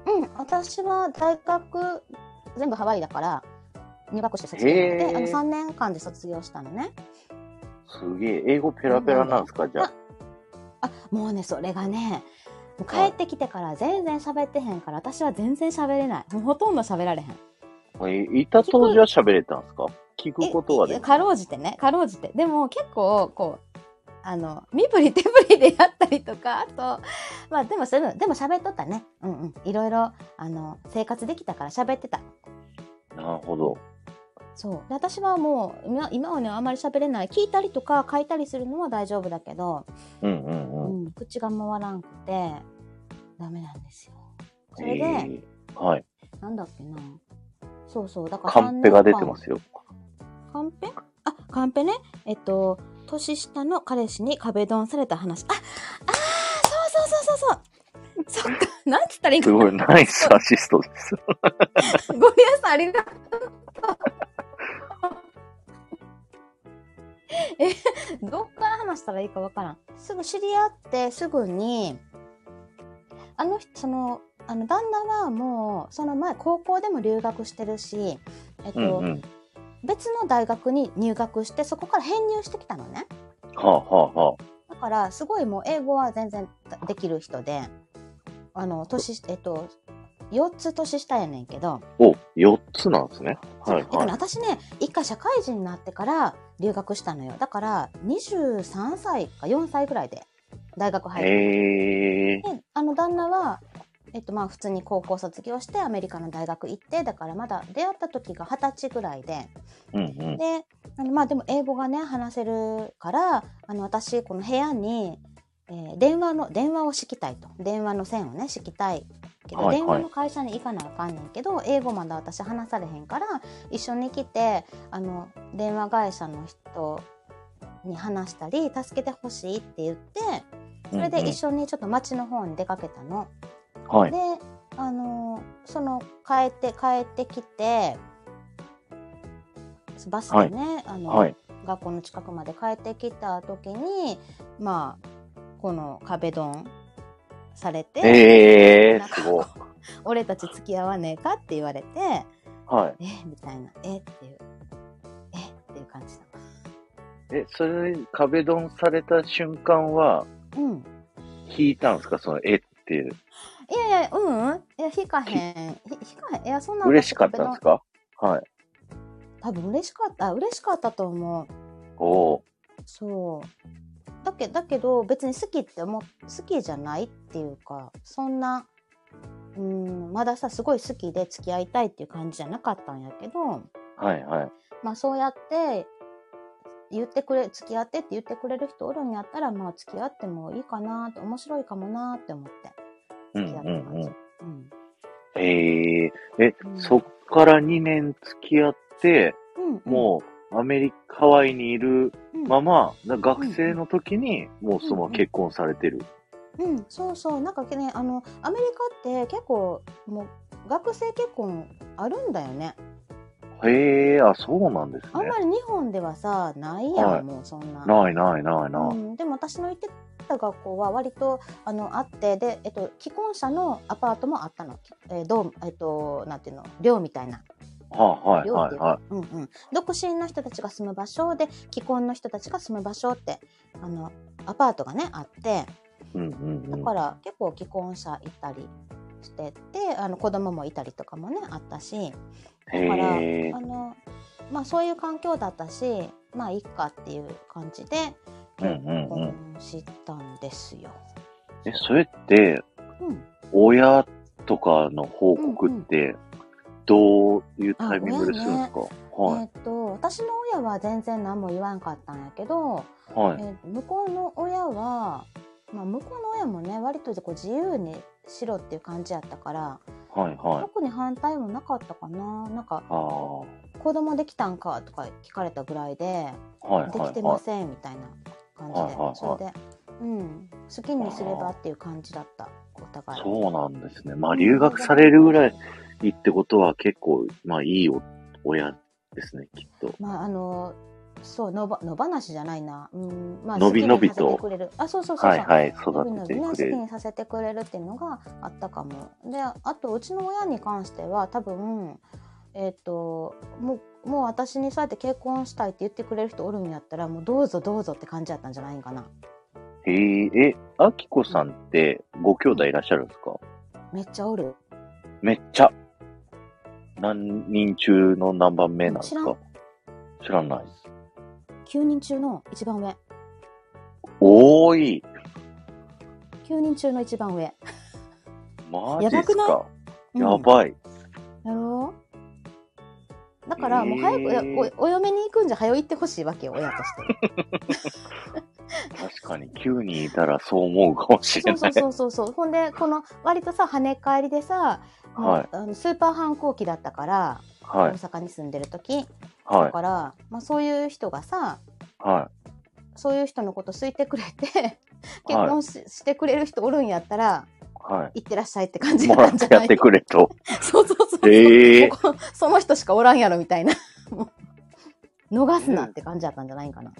Speaker 2: とうん、私は大学、全部ハワイだから、入学して卒業
Speaker 1: へー
Speaker 2: で、あの3年間で卒業したのね。
Speaker 1: すげえ、英語ペラペラなんですかじゃあ。
Speaker 2: あ、もうね、それがね、もう帰ってきてから全然喋ってへんから、私は全然喋れない。もうほとんど喋られへん。
Speaker 1: えいた当時は喋れたんですか聞くことはで
Speaker 2: え
Speaker 1: き
Speaker 2: かろうじてねかろうじてでも結構こうあの身振り 手振りでやったりとかあとまあでもそれでも喋っとったねうんうんいろいろあの生活できたから喋ってた
Speaker 1: なるほど。
Speaker 2: そうで私はもう今今はねあんまり喋れない聞いたりとか書いたりするのは大丈夫だけど、
Speaker 1: うんうん
Speaker 2: う
Speaker 1: うん。
Speaker 2: ん、口が回らんくてダメなんですよそれで、
Speaker 1: えーはい。
Speaker 2: なんだっけなそうそうだから
Speaker 1: カンペが出て
Speaker 2: す
Speaker 1: ますよ。
Speaker 2: カンペあ、カンペね。えっと、年下の彼氏に壁ドンされた話。あ、あー、そうそうそうそうそう。そっか、なんつったらいいん
Speaker 1: す
Speaker 2: かな。
Speaker 1: ごい、ナイスアシストです。
Speaker 2: ゴリアスさん、ありがとう。え、どっから話したらいいかわからん。すぐ知り合って、すぐに、あの人、その、あの、旦那はもう、その前、高校でも留学してるし、えっと、
Speaker 1: うんうん。
Speaker 2: 別の大学に入学して、そこから編入してきたのね。
Speaker 1: はあはあは
Speaker 2: だから、すごいもう英語は全然できる人で、あの、年し、えっと、4つ年下やねんけど、
Speaker 1: あ。お、4つなんですね。
Speaker 2: そう
Speaker 1: はい
Speaker 2: だから
Speaker 1: は
Speaker 2: 私ね、一回社会人になってから留学したのよ。だから、23歳か4歳ぐらいで大学入
Speaker 1: い。
Speaker 2: って。
Speaker 1: え
Speaker 2: で、あの旦那は、えっとまあ普通に高校卒業してアメリカの大学行って、だからまだ出会った時が二十歳ぐらいで、
Speaker 1: ー。うんうん。
Speaker 2: で、あのまあでも英語がね、話せるから、あの私、この部屋に、えー電話の、電話を敷きたいと。電話の線をね、敷きたい。けど、
Speaker 1: はいはい
Speaker 2: 電話の会社に行かなあかんねんけど、英語まだ私話されへんから、一緒に来て、あの、電話会社の人に話したり、助けてほしいって言って、それで一緒にちょっと街の方に出かけたの。
Speaker 1: 緒。はい。
Speaker 2: で、あのーその帰って帰ってきてバスでね、あの
Speaker 1: はい。
Speaker 2: 学校の近くまで帰ってきた時にまあこの壁ドンされて
Speaker 1: ええ
Speaker 2: なん
Speaker 1: ー、
Speaker 2: か
Speaker 1: すごい。
Speaker 2: 「俺たち付き合わねえか?」って言われて
Speaker 1: はい
Speaker 2: 「。えみたいな「えっていう「えっていう感じだ
Speaker 1: え、それ、壁ドンされた瞬間は、
Speaker 2: うん
Speaker 1: 引いたんですかその、えっていう。
Speaker 2: いやいやうんうんいや引かへんひ引かへんいやそんな
Speaker 1: 嬉しかったんですかはい。
Speaker 2: 多分嬉しかったあ嬉しかったと思う
Speaker 1: おー。
Speaker 2: そうだけだけど別に好きって思っ好きじゃないっていうかそんなうんまださすごい好きで付き合いたいっていう感じじゃなかったんやけど
Speaker 1: はいはい。
Speaker 2: まあそうやって言ってくれ付き合ってって言ってくれる人おるんやったらまあ付き合ってもいいかなって面白いかもなって思って
Speaker 1: うん
Speaker 2: 付き合っ
Speaker 1: う
Speaker 2: た
Speaker 1: ん
Speaker 2: 感
Speaker 1: う
Speaker 2: じ
Speaker 1: ん。。
Speaker 2: うん
Speaker 1: えええ、
Speaker 2: うん
Speaker 1: そっから2年付き合って、
Speaker 2: うん
Speaker 1: もうアメリカ、ハワイにいる
Speaker 2: うん、
Speaker 1: まま、な学生の時に、もうそのまま結婚されてる。
Speaker 2: うん、そうそう、なんかね、あの、アメリカって結構、もう、学生結婚あるんだよね。
Speaker 1: へえ、あ、そうなんですね
Speaker 2: あん。まり日本ではさ、ないやん、
Speaker 1: はい
Speaker 2: もうそんな。
Speaker 1: ないないないな
Speaker 2: う
Speaker 1: い。
Speaker 2: ん、でも私の行ってた学校は割とあのあってで、えっと、既婚者のアパートもあったの、きえーどうえっと、なんていうの寮みたいな、
Speaker 1: はいはい
Speaker 2: 寮っ
Speaker 1: は
Speaker 2: て
Speaker 1: い
Speaker 2: いう
Speaker 1: は
Speaker 2: か、うんうん、独身の人たちが住む場所で既婚の人たちが住む場所ってあのアパートがねあって
Speaker 1: い。うんうんう
Speaker 2: だ
Speaker 1: ん。
Speaker 2: から結構既婚者いたりしててあの子供もいたりとかもねあったし。だから
Speaker 1: へえ
Speaker 2: あ。のまあそういう環境だったしまあいっかっていう感じで
Speaker 1: うんう
Speaker 2: 結
Speaker 1: んうん
Speaker 2: 婚したんですよ。
Speaker 1: え、それって、
Speaker 2: うん
Speaker 1: 親とかの報告って、どういうタイミングでするんですか
Speaker 2: え
Speaker 1: は
Speaker 2: っと私の親は全然何も言わんかったんやけど、
Speaker 1: い。は
Speaker 2: え
Speaker 1: い。
Speaker 2: ーと向こうの親は、まあ、向こうの親もね割とこう自由にしろっていう感じやったから、
Speaker 1: はいはい。
Speaker 2: 特に反対もなかったかななんか
Speaker 1: ああ。
Speaker 2: こ子供できたんかとか聞かれたぐらいで、
Speaker 1: はい
Speaker 2: で
Speaker 1: は
Speaker 2: き
Speaker 1: い
Speaker 2: て
Speaker 1: は
Speaker 2: ま
Speaker 1: い。
Speaker 2: せんみたいな感じで、
Speaker 1: はいはいはい
Speaker 2: それで、うん、好きにすればっていう感じだったお互い
Speaker 1: そうなんですね。まあ
Speaker 2: うん
Speaker 1: 留学されるぐらいってことは結構、まあいいお親ですね、きっと。
Speaker 2: まああのそう野ば野放しじゃないな、うんまあ、
Speaker 1: のびのびと
Speaker 2: 好きにさせてくれるあそうそうそうそう、
Speaker 1: はいはい、
Speaker 2: のびの
Speaker 1: 育ててくれ
Speaker 2: びね好き
Speaker 1: る。
Speaker 2: にさせてくれるっていうのがあったかもであとうちの親に関しては多分えっ、ともうもう私にそうやって結婚したいって言ってくれる人おるんやったらもうどうぞどうぞって感じだったんじゃないんかな
Speaker 1: えー、え、あきこさんってご兄弟いらっしゃるんですか
Speaker 2: めっちゃおる
Speaker 1: めっちゃ。何人中の何番目なんですか知らないです。
Speaker 2: 9人中の一番上
Speaker 1: 多い
Speaker 2: 9人中の一番上
Speaker 1: マジっ
Speaker 2: やば
Speaker 1: す
Speaker 2: くない
Speaker 1: かやばい。
Speaker 2: うん、やろうだからもう早く、
Speaker 1: えー
Speaker 2: おお嫁に行くんじゃ早う行ってほしいわけよ親として
Speaker 1: 確かに9人いたらそう思うかも しれ
Speaker 2: そう
Speaker 1: な
Speaker 2: そ。
Speaker 1: いう
Speaker 2: そうそうそう。ほんで、この割とさ、跳ね返りでさ、もう
Speaker 1: はい
Speaker 2: あのスーパー反抗期だったから、
Speaker 1: はい
Speaker 2: 大。阪に住んでる時だ
Speaker 1: はい。
Speaker 2: から、まあ、そういう人がさ、
Speaker 1: は
Speaker 2: そういう人のこと好いてくれて、
Speaker 1: い。
Speaker 2: 結
Speaker 1: は
Speaker 2: 婚し,、てくれる人おるんやったら、
Speaker 1: い。は
Speaker 2: 行ってらっしゃいって感
Speaker 1: い。
Speaker 2: じ
Speaker 1: も
Speaker 2: な
Speaker 1: ら
Speaker 2: んじゃ
Speaker 1: っ
Speaker 2: な
Speaker 1: や
Speaker 2: い
Speaker 1: ってくれと。
Speaker 2: そうそうそう。
Speaker 1: ええ
Speaker 2: ここその人しかおらんやろみたいな。もう逃すなって感じだったんじゃないんかな。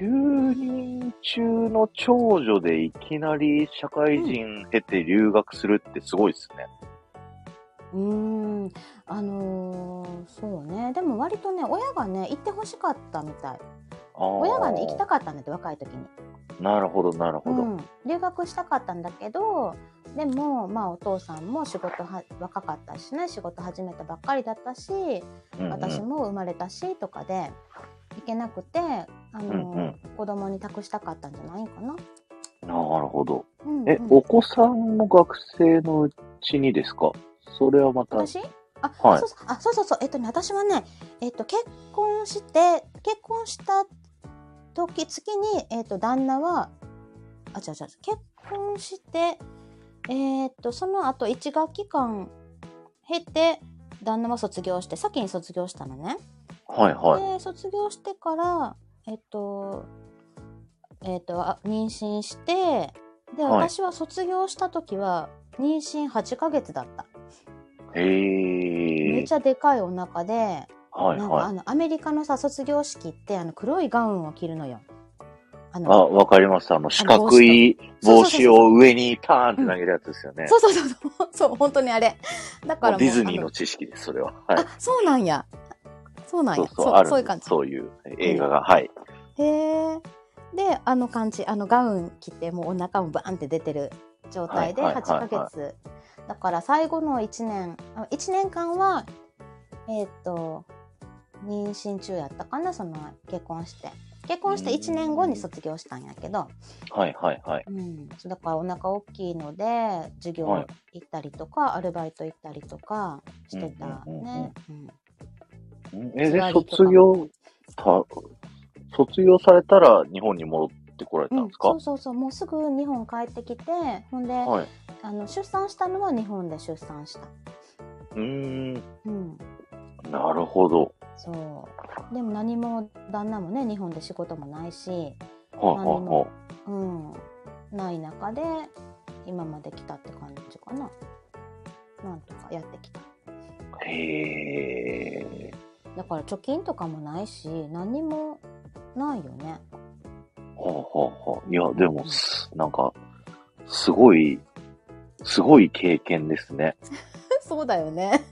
Speaker 1: 9人中の長女でいきなり社会人経て留学するってすごいですね。
Speaker 2: うーん、あのーそうね。でも割とね、親がね、行ってほしかったみたい。
Speaker 1: あー
Speaker 2: 親がね行きたかったんだって若い時に、
Speaker 1: なるほど、なるほ
Speaker 2: う
Speaker 1: ど。
Speaker 2: ん、留学したかったんだけどでもまあお父さんも仕事は若かったしね仕事始めたばっかりだったし
Speaker 1: うんうん
Speaker 2: 私も生まれたしとかで行けなくてあの、
Speaker 1: うんうん
Speaker 2: 子供に託したかったんじゃないか
Speaker 1: な
Speaker 2: な。
Speaker 1: るほど。
Speaker 2: うんうん
Speaker 1: え、お子さんも学生のうちにですかそれはまた。はい。
Speaker 2: 私あ、
Speaker 1: はい
Speaker 2: そうそうあそうそうそうえっとね私はねえっと結婚して結婚した時月にえっと旦那はあ違う違う結婚してえっとその後1学期間経て旦那は卒業して先に卒業したのね、
Speaker 1: はい。
Speaker 2: で卒業してからえっとえっとあ妊娠してで
Speaker 1: はい
Speaker 2: 私は卒業した時は妊娠8ヶ月だった、
Speaker 1: へ
Speaker 2: め
Speaker 1: え
Speaker 2: ち。ゃでかいお腹で
Speaker 1: はい
Speaker 2: なんか
Speaker 1: は
Speaker 2: あ
Speaker 1: い。
Speaker 2: のアメリカのさ卒業式ってあの黒いガウンを着るのよ。あ
Speaker 1: あ、わかります。あの、四角い帽子を上にパーンって投げるやつですよね。
Speaker 2: そうそう そうそうそう本当にあれ。だからもう
Speaker 1: ディズニー
Speaker 2: あ
Speaker 1: の知識です、それは。はい
Speaker 2: あ。そうなんや。そうなん
Speaker 1: そ
Speaker 2: や
Speaker 1: う。そう、あるんです。
Speaker 2: そういう感じ。
Speaker 1: そういう映画が、はい。
Speaker 2: へえ。であの感じあのガウン着てもうお腹もバーンって出てる状態で
Speaker 1: はいはい
Speaker 2: 8
Speaker 1: はいは
Speaker 2: ヶ
Speaker 1: い
Speaker 2: 月、だから最後の1年あ1年間はえーっと妊娠中やったかなその結婚して結婚して1年後に卒業したんやけど、
Speaker 1: はいはいはい。
Speaker 2: うん、そうだからお腹大きいので授業
Speaker 1: はい
Speaker 2: 行ったりとか、アルバイト行ったりとかしてたね、
Speaker 1: う
Speaker 2: う
Speaker 1: う
Speaker 2: ん
Speaker 1: ん
Speaker 2: ん
Speaker 1: うんうんえ、で
Speaker 2: 座、りとか
Speaker 1: 卒業、た、卒業されたら日本に戻ってこられたんですか、
Speaker 2: そうそうそうもうすぐ日本帰ってきてほんで、
Speaker 1: はい。
Speaker 2: あの出産したのは日本で出産した、
Speaker 1: うーん、
Speaker 2: うん、
Speaker 1: なるほど。
Speaker 2: そうでも何も旦那もね日本で仕事もないし、
Speaker 1: はいはい
Speaker 2: 何
Speaker 1: はい
Speaker 2: も。うん、ない中で今まで来たって感じかななんとかやってきた
Speaker 1: へえ。
Speaker 2: だから貯金とかもないし何にもないよね
Speaker 1: はあ、はあはあ、いや、でもす、なんか、すごい、すごい経験ですね。
Speaker 2: そうだよね。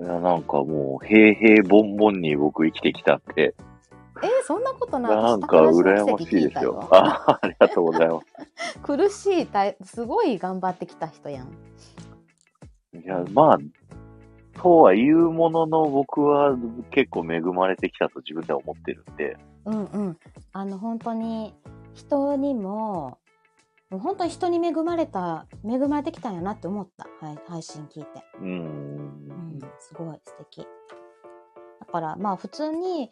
Speaker 1: いや、なんかもう、平々凡々に僕生きてきたんで、
Speaker 2: えそんなことない。
Speaker 1: なんか羨ましいですよ。あありがとうござい ます。
Speaker 2: 苦しいたい、すごい頑張ってきた人やん。
Speaker 1: いや、まあ、とは言うものの、僕は結構恵まれてきたと自分では思ってるんで、
Speaker 2: うんうん。あの、本当に、人にも、もう本当に人に恵まれた、恵まれてきたんやなって思った。はい、配信聞いて。
Speaker 1: うー
Speaker 2: うんん、すごい素敵。だから、まあ、普通に、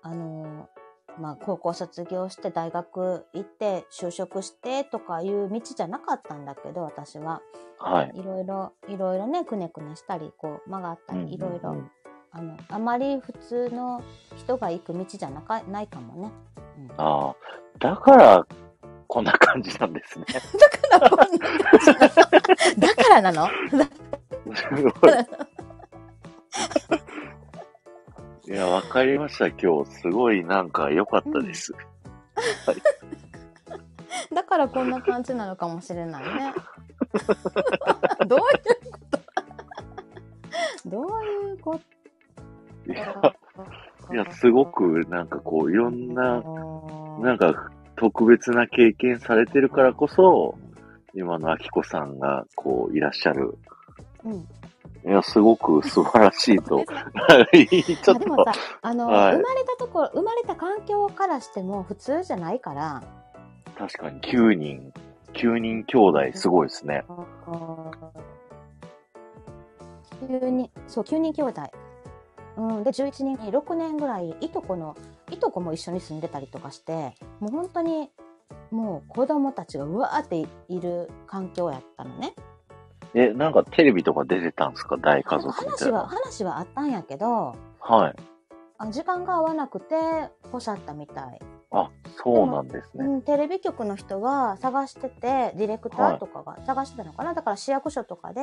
Speaker 2: あの、まあ、高校卒業して大学行って就職してとかいう道じゃなかったんだけど私は
Speaker 1: はい。
Speaker 2: いろいろ、いろいろね、くねくねしたり、こう、曲がった
Speaker 1: うんうんうん
Speaker 2: り、いろいろあのあまり普通の人が行く道じゃなかないかもね。うん、だ
Speaker 1: ああ。だから、こんな感じなんですね。
Speaker 2: からこんな感じなのだからなの
Speaker 1: すごい。 いや、わかりました。今日、すごいなんか良かったです。
Speaker 2: だからこんな感じなのかもしれないね。 どういうことどういうこ
Speaker 1: いや、
Speaker 2: と
Speaker 1: いやすごくなんかこう、いろんな、
Speaker 2: な
Speaker 1: なんか特別な経験されてるからこそ、今のあきこさんがこう、いらっしゃる。
Speaker 2: うん、
Speaker 1: いや、すごく素晴らしい と。ちょっ
Speaker 2: で
Speaker 1: と
Speaker 2: も、さあの、
Speaker 1: はい
Speaker 2: 生まれたところ生まれた環境からしても普通じゃないから
Speaker 1: 確かに9人、9人兄弟、すごいですね。
Speaker 2: 9人そう9人兄弟、うん、で11人6年ぐらいいとこのいとこも一緒に住んでたりとかしてもう本当にもう子供たちがうわーっている環境やったのね
Speaker 1: え、なんかテレビとか出てたんですか大家族みた
Speaker 2: 話
Speaker 1: い
Speaker 2: は
Speaker 1: な。
Speaker 2: 話はあったんやけど
Speaker 1: はい。
Speaker 2: あ時間が合わなくて干しゃったみたい
Speaker 1: あ、そうなんですね。
Speaker 2: うん、テレビ局の人は探しててディレクターとかが探してたのかな、だから市役所とかで、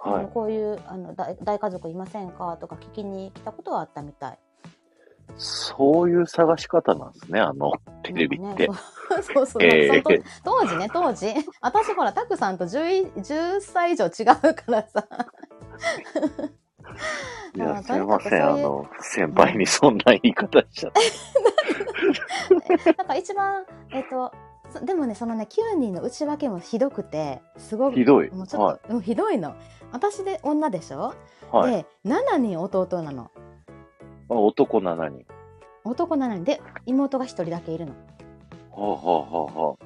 Speaker 2: あ
Speaker 1: は
Speaker 2: の
Speaker 1: い。
Speaker 2: こういうあの大大家族いませんかとか聞きに来たことはあったみたい
Speaker 1: そういう探し方なんですね、あの、テレビ
Speaker 2: な
Speaker 1: っ
Speaker 2: んか
Speaker 1: て
Speaker 2: ね。そう そうそう、
Speaker 1: えー
Speaker 2: その当時ね当時 私ほらタクさんと 10, 10歳以上違うからさ
Speaker 1: い
Speaker 2: ま
Speaker 1: や、
Speaker 2: あ
Speaker 1: すいません、
Speaker 2: と
Speaker 1: あ
Speaker 2: にかく
Speaker 1: の、先輩にそんな言い方しちゃ って。
Speaker 2: えなんか一番えっ、とそでもねそのね9人の内訳もひどくてすごく
Speaker 1: ひどい。
Speaker 2: もうちょっ
Speaker 1: は
Speaker 2: と、もうひどいの私で女でしょ、
Speaker 1: い。はい。
Speaker 2: で7人弟なの
Speaker 1: あ男7人。
Speaker 2: 男7人で妹が1人だけいるの
Speaker 1: はあ、はあはあは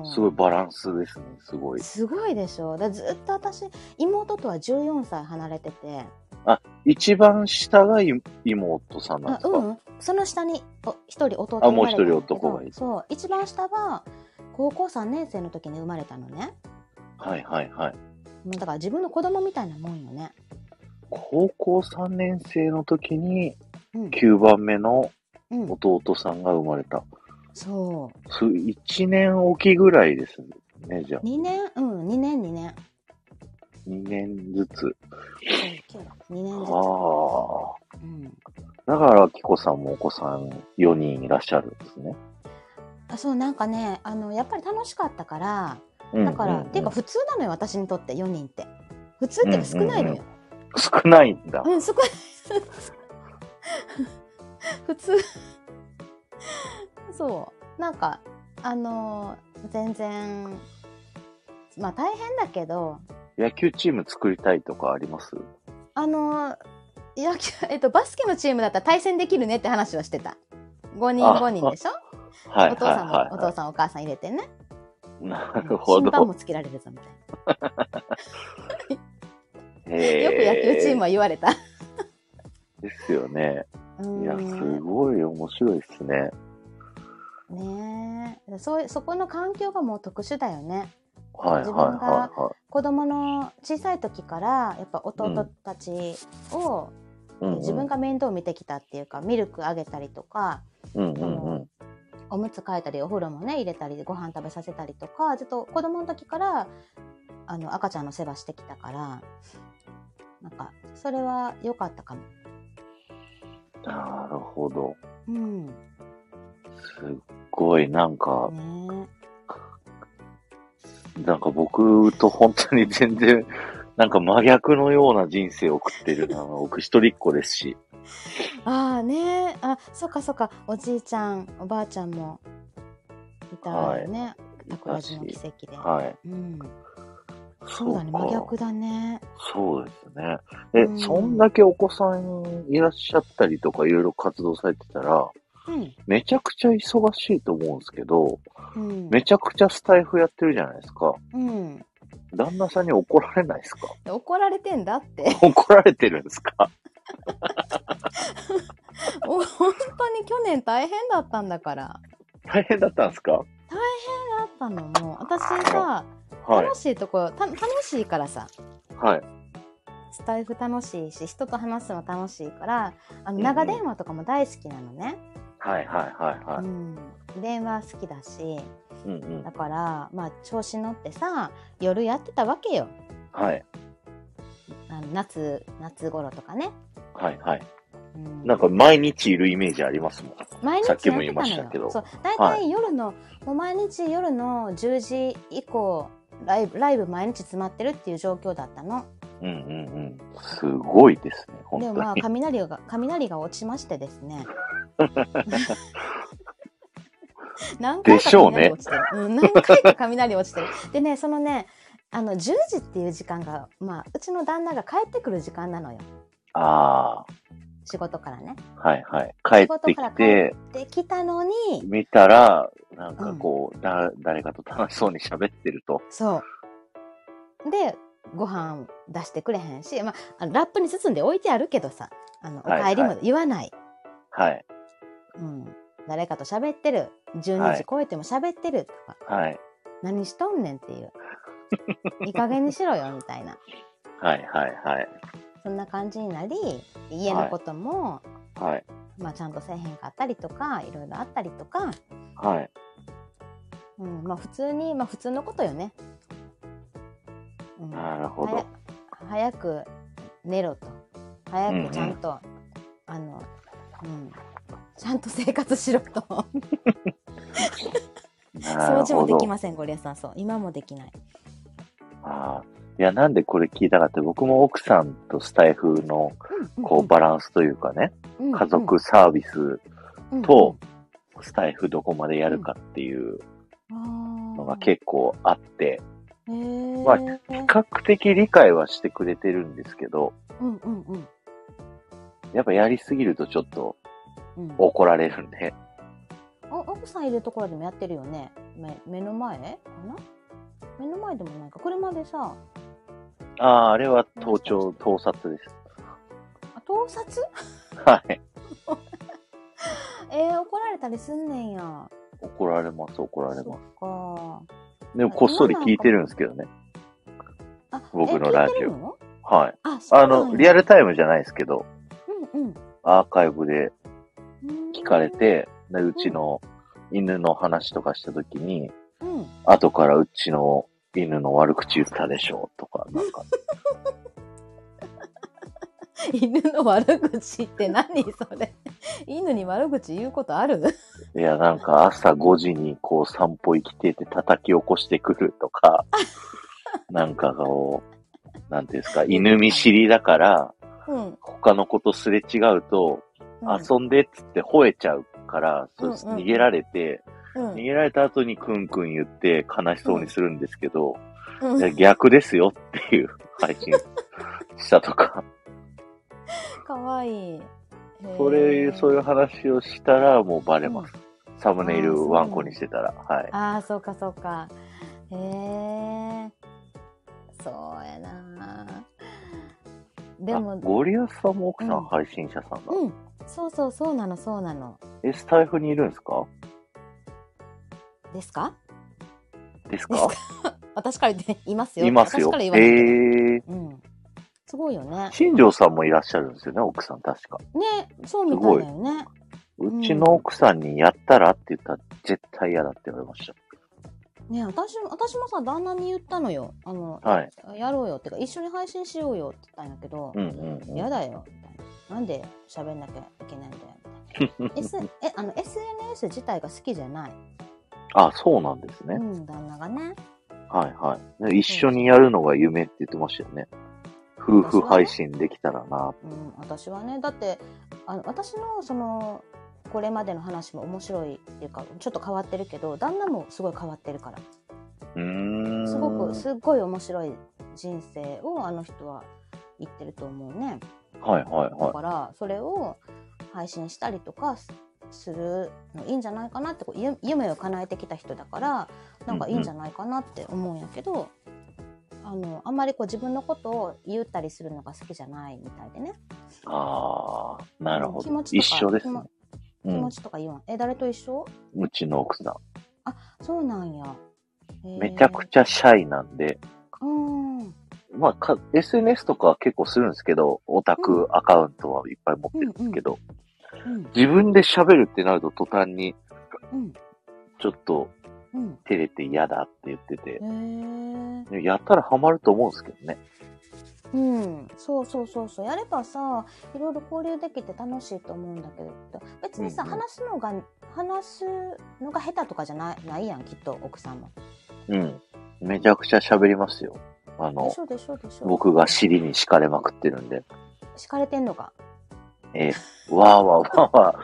Speaker 1: あ、
Speaker 2: う
Speaker 1: すごいバランスですね、すごい。
Speaker 2: すごいでしょだずっと私妹とは14歳離れてて
Speaker 1: 一番下がい妹さんなん
Speaker 2: あ
Speaker 1: です
Speaker 2: う
Speaker 1: か
Speaker 2: んその下にお1人弟
Speaker 1: あ
Speaker 2: 生
Speaker 1: もう
Speaker 2: まれたんだけど
Speaker 1: 一人男がいる
Speaker 2: そう一番下は高校3年生の時に生まれたのね
Speaker 1: はいはいはい。
Speaker 2: もうだから自分の子供みたいなもんよね、
Speaker 1: 高校3年生の時に
Speaker 2: うん
Speaker 1: 9番目の
Speaker 2: うん、
Speaker 1: 弟さんが生まれた。
Speaker 2: そ
Speaker 1: す1年おきぐらいですね、じゃあ
Speaker 2: う。2年うん2年2年
Speaker 1: 2年ずつ。
Speaker 2: 2年ず
Speaker 1: あ
Speaker 2: つ
Speaker 1: あ。
Speaker 2: うん、
Speaker 1: だから、きこさんもお子さん4人いらっしゃるんですね。
Speaker 2: あそうなんかねあのやっぱり楽しかったから
Speaker 1: うん
Speaker 2: だから、
Speaker 1: うんうん
Speaker 2: っていうか普通なのよ私にとって4人って普通っていうか少ないの
Speaker 1: うんう
Speaker 2: よ、
Speaker 1: ん少ないんだ。
Speaker 2: うん、そこ 普通 そうなんかあのー全然まあ大変だけど
Speaker 1: 野球チーム作りたいとかあります
Speaker 2: あのー野球、えっと、バスケのチームだったら対戦できるねって話はしてた5人
Speaker 1: あ
Speaker 2: 5人でしょ
Speaker 1: はい
Speaker 2: お父
Speaker 1: はい
Speaker 2: さんも、お
Speaker 1: は
Speaker 2: 父さんお母さん入れてね
Speaker 1: い。なるほ
Speaker 2: 審判
Speaker 1: ど。
Speaker 2: もつけられるぞみたいな
Speaker 1: よ
Speaker 2: よく野球チームは言われた、
Speaker 1: ですよね。
Speaker 2: うん
Speaker 1: いや、すごい面白いですね。
Speaker 2: ねえそうそこの環境がもう特殊だよね
Speaker 1: はいはい
Speaker 2: 自分が
Speaker 1: はいは
Speaker 2: 子供の小さい時からやっぱ弟たちを、
Speaker 1: い。うんうん
Speaker 2: 自分が面倒見てきたっていうかミルクあげたりとか
Speaker 1: うんうんうん。
Speaker 2: おむつ替えたりお風呂もね入れたりご飯食べさせたりとかずっと子供の時からあの赤ちゃんの世話してきたからなんかそれは良かったかも。
Speaker 1: なるほど。
Speaker 2: うん、ね
Speaker 1: すっごい、なんか、なんか僕と本当に全然、なんか真逆のような人生を送ってるな。僕一人っ子ですし。
Speaker 2: えああねえあそっかそっかおじいちゃんおばあちゃんもいたよね桜島、の
Speaker 1: いたし
Speaker 2: 奇跡で、
Speaker 1: はい。
Speaker 2: うん、そうだね
Speaker 1: か
Speaker 2: 真逆だね
Speaker 1: そうですね。え、
Speaker 2: うん
Speaker 1: そんだけお子さんいらっしゃったりとかいろいろ活動されてたら、
Speaker 2: うん
Speaker 1: めちゃくちゃ忙しいと思うんですけど、
Speaker 2: うん
Speaker 1: めちゃくちゃスタイフやってるじゃないですか。
Speaker 2: うん、
Speaker 1: 旦那さんに怒られないですか
Speaker 2: 怒られてんだって
Speaker 1: 怒られてるんですか
Speaker 2: お本当に去年大変だったんだから
Speaker 1: 大変だったんですか
Speaker 2: だったのもう私さ、
Speaker 1: はい。
Speaker 2: 楽しいとこた楽しいからさ
Speaker 1: はい。
Speaker 2: スタイフ楽しいし、人と話すの楽しいから、あ
Speaker 1: ん
Speaker 2: の、
Speaker 1: うん
Speaker 2: 長電話とかも大好きなのね。
Speaker 1: はいはいはいは
Speaker 2: う
Speaker 1: い。
Speaker 2: ん。電話好きだし、
Speaker 1: うんうん
Speaker 2: だ。から、まあ、調子乗ってさ、夜やってたわけよ。
Speaker 1: はい。
Speaker 2: あの夏、夏頃とかね。
Speaker 1: はいはい。
Speaker 2: うん
Speaker 1: なんか毎日いるイメージありますもん。
Speaker 2: 毎日
Speaker 1: さ
Speaker 2: や
Speaker 1: っ
Speaker 2: っ
Speaker 1: き
Speaker 2: て
Speaker 1: も
Speaker 2: た
Speaker 1: 言いましたけど
Speaker 2: のよ。そう、大体夜の、もう毎日夜の10時以降、ライブ、ライブ毎日詰まってるっていう状況だったの。
Speaker 1: うんうんうん。すごいですね、本
Speaker 2: でも
Speaker 1: 当
Speaker 2: まあ、
Speaker 1: に。
Speaker 2: 雷が、雷が落ちましてで すね。何回
Speaker 1: で
Speaker 2: か
Speaker 1: しょう
Speaker 2: 雷
Speaker 1: ね
Speaker 2: 落ちてる。うん、何回か雷落ちてる。でね、そのね、あの、10時っていう時間が、まあ、うちの旦那が帰ってくる時間なのよ。
Speaker 1: あ
Speaker 2: 仕事からね。
Speaker 1: あ、はいはい。帰って
Speaker 2: 仕事か
Speaker 1: き
Speaker 2: ら
Speaker 1: て、
Speaker 2: できたのに、
Speaker 1: 見たら、なんかこう、だ誰かと楽しそうに喋ってると。
Speaker 2: そう。で、ご飯出してくれへんし、まあ、あのラップに包んで置いてあるけどさ、あの、お
Speaker 1: はい
Speaker 2: 帰り
Speaker 1: は
Speaker 2: も言わない。
Speaker 1: はい
Speaker 2: うん。誰かと喋ってる。
Speaker 1: は
Speaker 2: 12
Speaker 1: い
Speaker 2: 時超えても喋ってるとか、
Speaker 1: はい
Speaker 2: 何しとんねんって いう。いい加減にしろよ、みたいな。
Speaker 1: はいはいはい。
Speaker 2: そんな感じになり、家のことも、
Speaker 1: はい
Speaker 2: まあ、ちゃんとせえへんかったりとか、いろいろあったりとか、
Speaker 1: はい。
Speaker 2: うん、まあ、普通に、まあ、普通のことよね。うん
Speaker 1: なるほ
Speaker 2: は
Speaker 1: ど
Speaker 2: や。早く寝ろと早くちゃんと、あの、うん、ちゃんと生活しろと
Speaker 1: な
Speaker 2: 掃
Speaker 1: る
Speaker 2: 除も
Speaker 1: ほ
Speaker 2: で
Speaker 1: ど
Speaker 2: き。ませんゴリラさんそう今もできない
Speaker 1: ああ。いや、なんでこれ聞いたかって、僕も奥さんとスタイフの、こう、バランスというかね、
Speaker 2: うん
Speaker 1: 家族サービス、と、スタイフどこまでやるかっていうの
Speaker 2: の
Speaker 1: が結構あって、
Speaker 2: 構、へえ
Speaker 1: まあ比較的理解はしてくれてるんですけど、
Speaker 2: うんうんうん
Speaker 1: やっぱやりすぎるとちょっと
Speaker 2: うん、お
Speaker 1: 怒られるんで、
Speaker 2: 奥さんいるところでもやってるよね目目の前かな目の前でもなんか車でさ
Speaker 1: ああ、あれは盗聴、盗撮です。
Speaker 2: あ盗撮
Speaker 1: はい。
Speaker 2: えー、怒られたりすんねんや
Speaker 1: 怒られます、怒られ
Speaker 2: そ
Speaker 1: ま
Speaker 2: っか
Speaker 1: す。でもこっそり聞いてるんですけどね。
Speaker 2: あ
Speaker 1: 僕の
Speaker 2: え聞いて
Speaker 1: ラジオ
Speaker 2: るの
Speaker 1: はい。
Speaker 2: あそう
Speaker 1: あ
Speaker 2: なんや
Speaker 1: の、リアルタイムじゃないですけど、
Speaker 2: うんうん
Speaker 1: アーカイブで聞
Speaker 2: 聞
Speaker 1: かれ、て、でうちの犬の話とかした時に、
Speaker 2: うん、
Speaker 1: 後からうちの犬の悪口言ったでしょとか、なんか、
Speaker 2: 犬の悪口って何それ 犬に悪口言うことある
Speaker 1: いや、なんか朝5時にこう散歩行きてて叩き起こしてくると か、なんかこう、なんていうんですか、犬見知りだから、
Speaker 2: うん、
Speaker 1: 他の子とすれ違うと、遊んでっつって吠えちゃうから、そう
Speaker 2: うんうん
Speaker 1: 逃げられて、
Speaker 2: うん
Speaker 1: 逃げられた後にクンクン言って悲しそうにするんですけど、
Speaker 2: うん
Speaker 1: いや逆ですよっていう配信したと か。
Speaker 2: かわいい
Speaker 1: それ、そういうう話をしたら、もうバレます。サムネイ
Speaker 2: あー
Speaker 1: ル
Speaker 2: そうなん
Speaker 1: ワンコにしてたら。はい。
Speaker 2: ああそうかそうかへえそうやなで
Speaker 1: あ
Speaker 2: も
Speaker 1: ゴリアスさんも奥さ
Speaker 2: うんん
Speaker 1: 配信者さんだ。
Speaker 2: うんそうそうそうなのそうなの
Speaker 1: え、スタイフにいるんですか
Speaker 2: ですか
Speaker 1: です
Speaker 2: です
Speaker 1: か
Speaker 2: 私から言っていますよ
Speaker 1: いますよ
Speaker 2: 私。から
Speaker 1: え
Speaker 2: 言われて、
Speaker 1: ー。
Speaker 2: うんすごいよね
Speaker 1: 新庄さんもいらっしゃるんですよね、奥さん確か。
Speaker 2: ねそうみたいだよね
Speaker 1: うんちの奥さんにやったらって言ったら絶対嫌だって言われまし
Speaker 2: ね私も私もさ旦那に言ったのよあの
Speaker 1: た。はい。
Speaker 2: やろうよってか一緒に配信しようよって言ったんだけど
Speaker 1: うんうん、うん。
Speaker 2: 嫌、だよみたいななんで喋んなきゃいけないんだよみたいな S えあの SNS 自体が好きじゃない、
Speaker 1: あ、そうなんですね
Speaker 2: う。ん、旦那がね
Speaker 1: はいはいで。一緒にやるのが夢って言ってましたよね。夫婦配信できたらな。
Speaker 2: うん、私はねだってあの私のそのこれまでの話も面白いっていうかちょっと変わってるけど旦那もすごい変わってるから
Speaker 1: うーん。
Speaker 2: すごくすっごい面白い人生をあの人は言ってると思うね。
Speaker 1: はいはい
Speaker 2: だ
Speaker 1: は
Speaker 2: からそれを配信したりとかすするのいいんじゃないかなってこうゆ夢を叶えてきた人だからなんかいいんじゃないかなって思うんやけど、あのあんまりこう自分のことを言ったりするのが好きじゃないみたいでね
Speaker 1: い。ああ、なるほ
Speaker 2: 気
Speaker 1: ど
Speaker 2: 持。ちとか
Speaker 1: 一緒ですね。う
Speaker 2: 気
Speaker 1: ん
Speaker 2: 持。ちとか言わん、え誰と一緒
Speaker 1: うちの奥さ
Speaker 2: そうなんや
Speaker 1: ん。めちゃくちゃシャイなんで、
Speaker 2: ゃうん
Speaker 1: まあか、SNS とかは結構するんですけど、オタクアカウントはいっぱい持ってるんですけど、
Speaker 2: うん
Speaker 1: 自分で喋るってなると途端に、
Speaker 2: うん
Speaker 1: ちょっと
Speaker 2: うん
Speaker 1: 照れて嫌だって言ってて
Speaker 2: へ、ー
Speaker 1: やったらハマると思うんですけどね。
Speaker 2: うん、そうそうそうそうやればさいろいろ交流できて楽しいと思うんだけど別にさ、
Speaker 1: うんうん
Speaker 2: 話すのが話すのが下手とかじゃないないやんきっと奥さんも。
Speaker 1: うん。めちゃくちゃ喋りますよ。あ
Speaker 2: で
Speaker 1: の
Speaker 2: し、ょでしょでしょ。
Speaker 1: 僕が尻に敷かれまくってるんで、
Speaker 2: 敷かれてんのか。
Speaker 1: えー、わーわーわーわ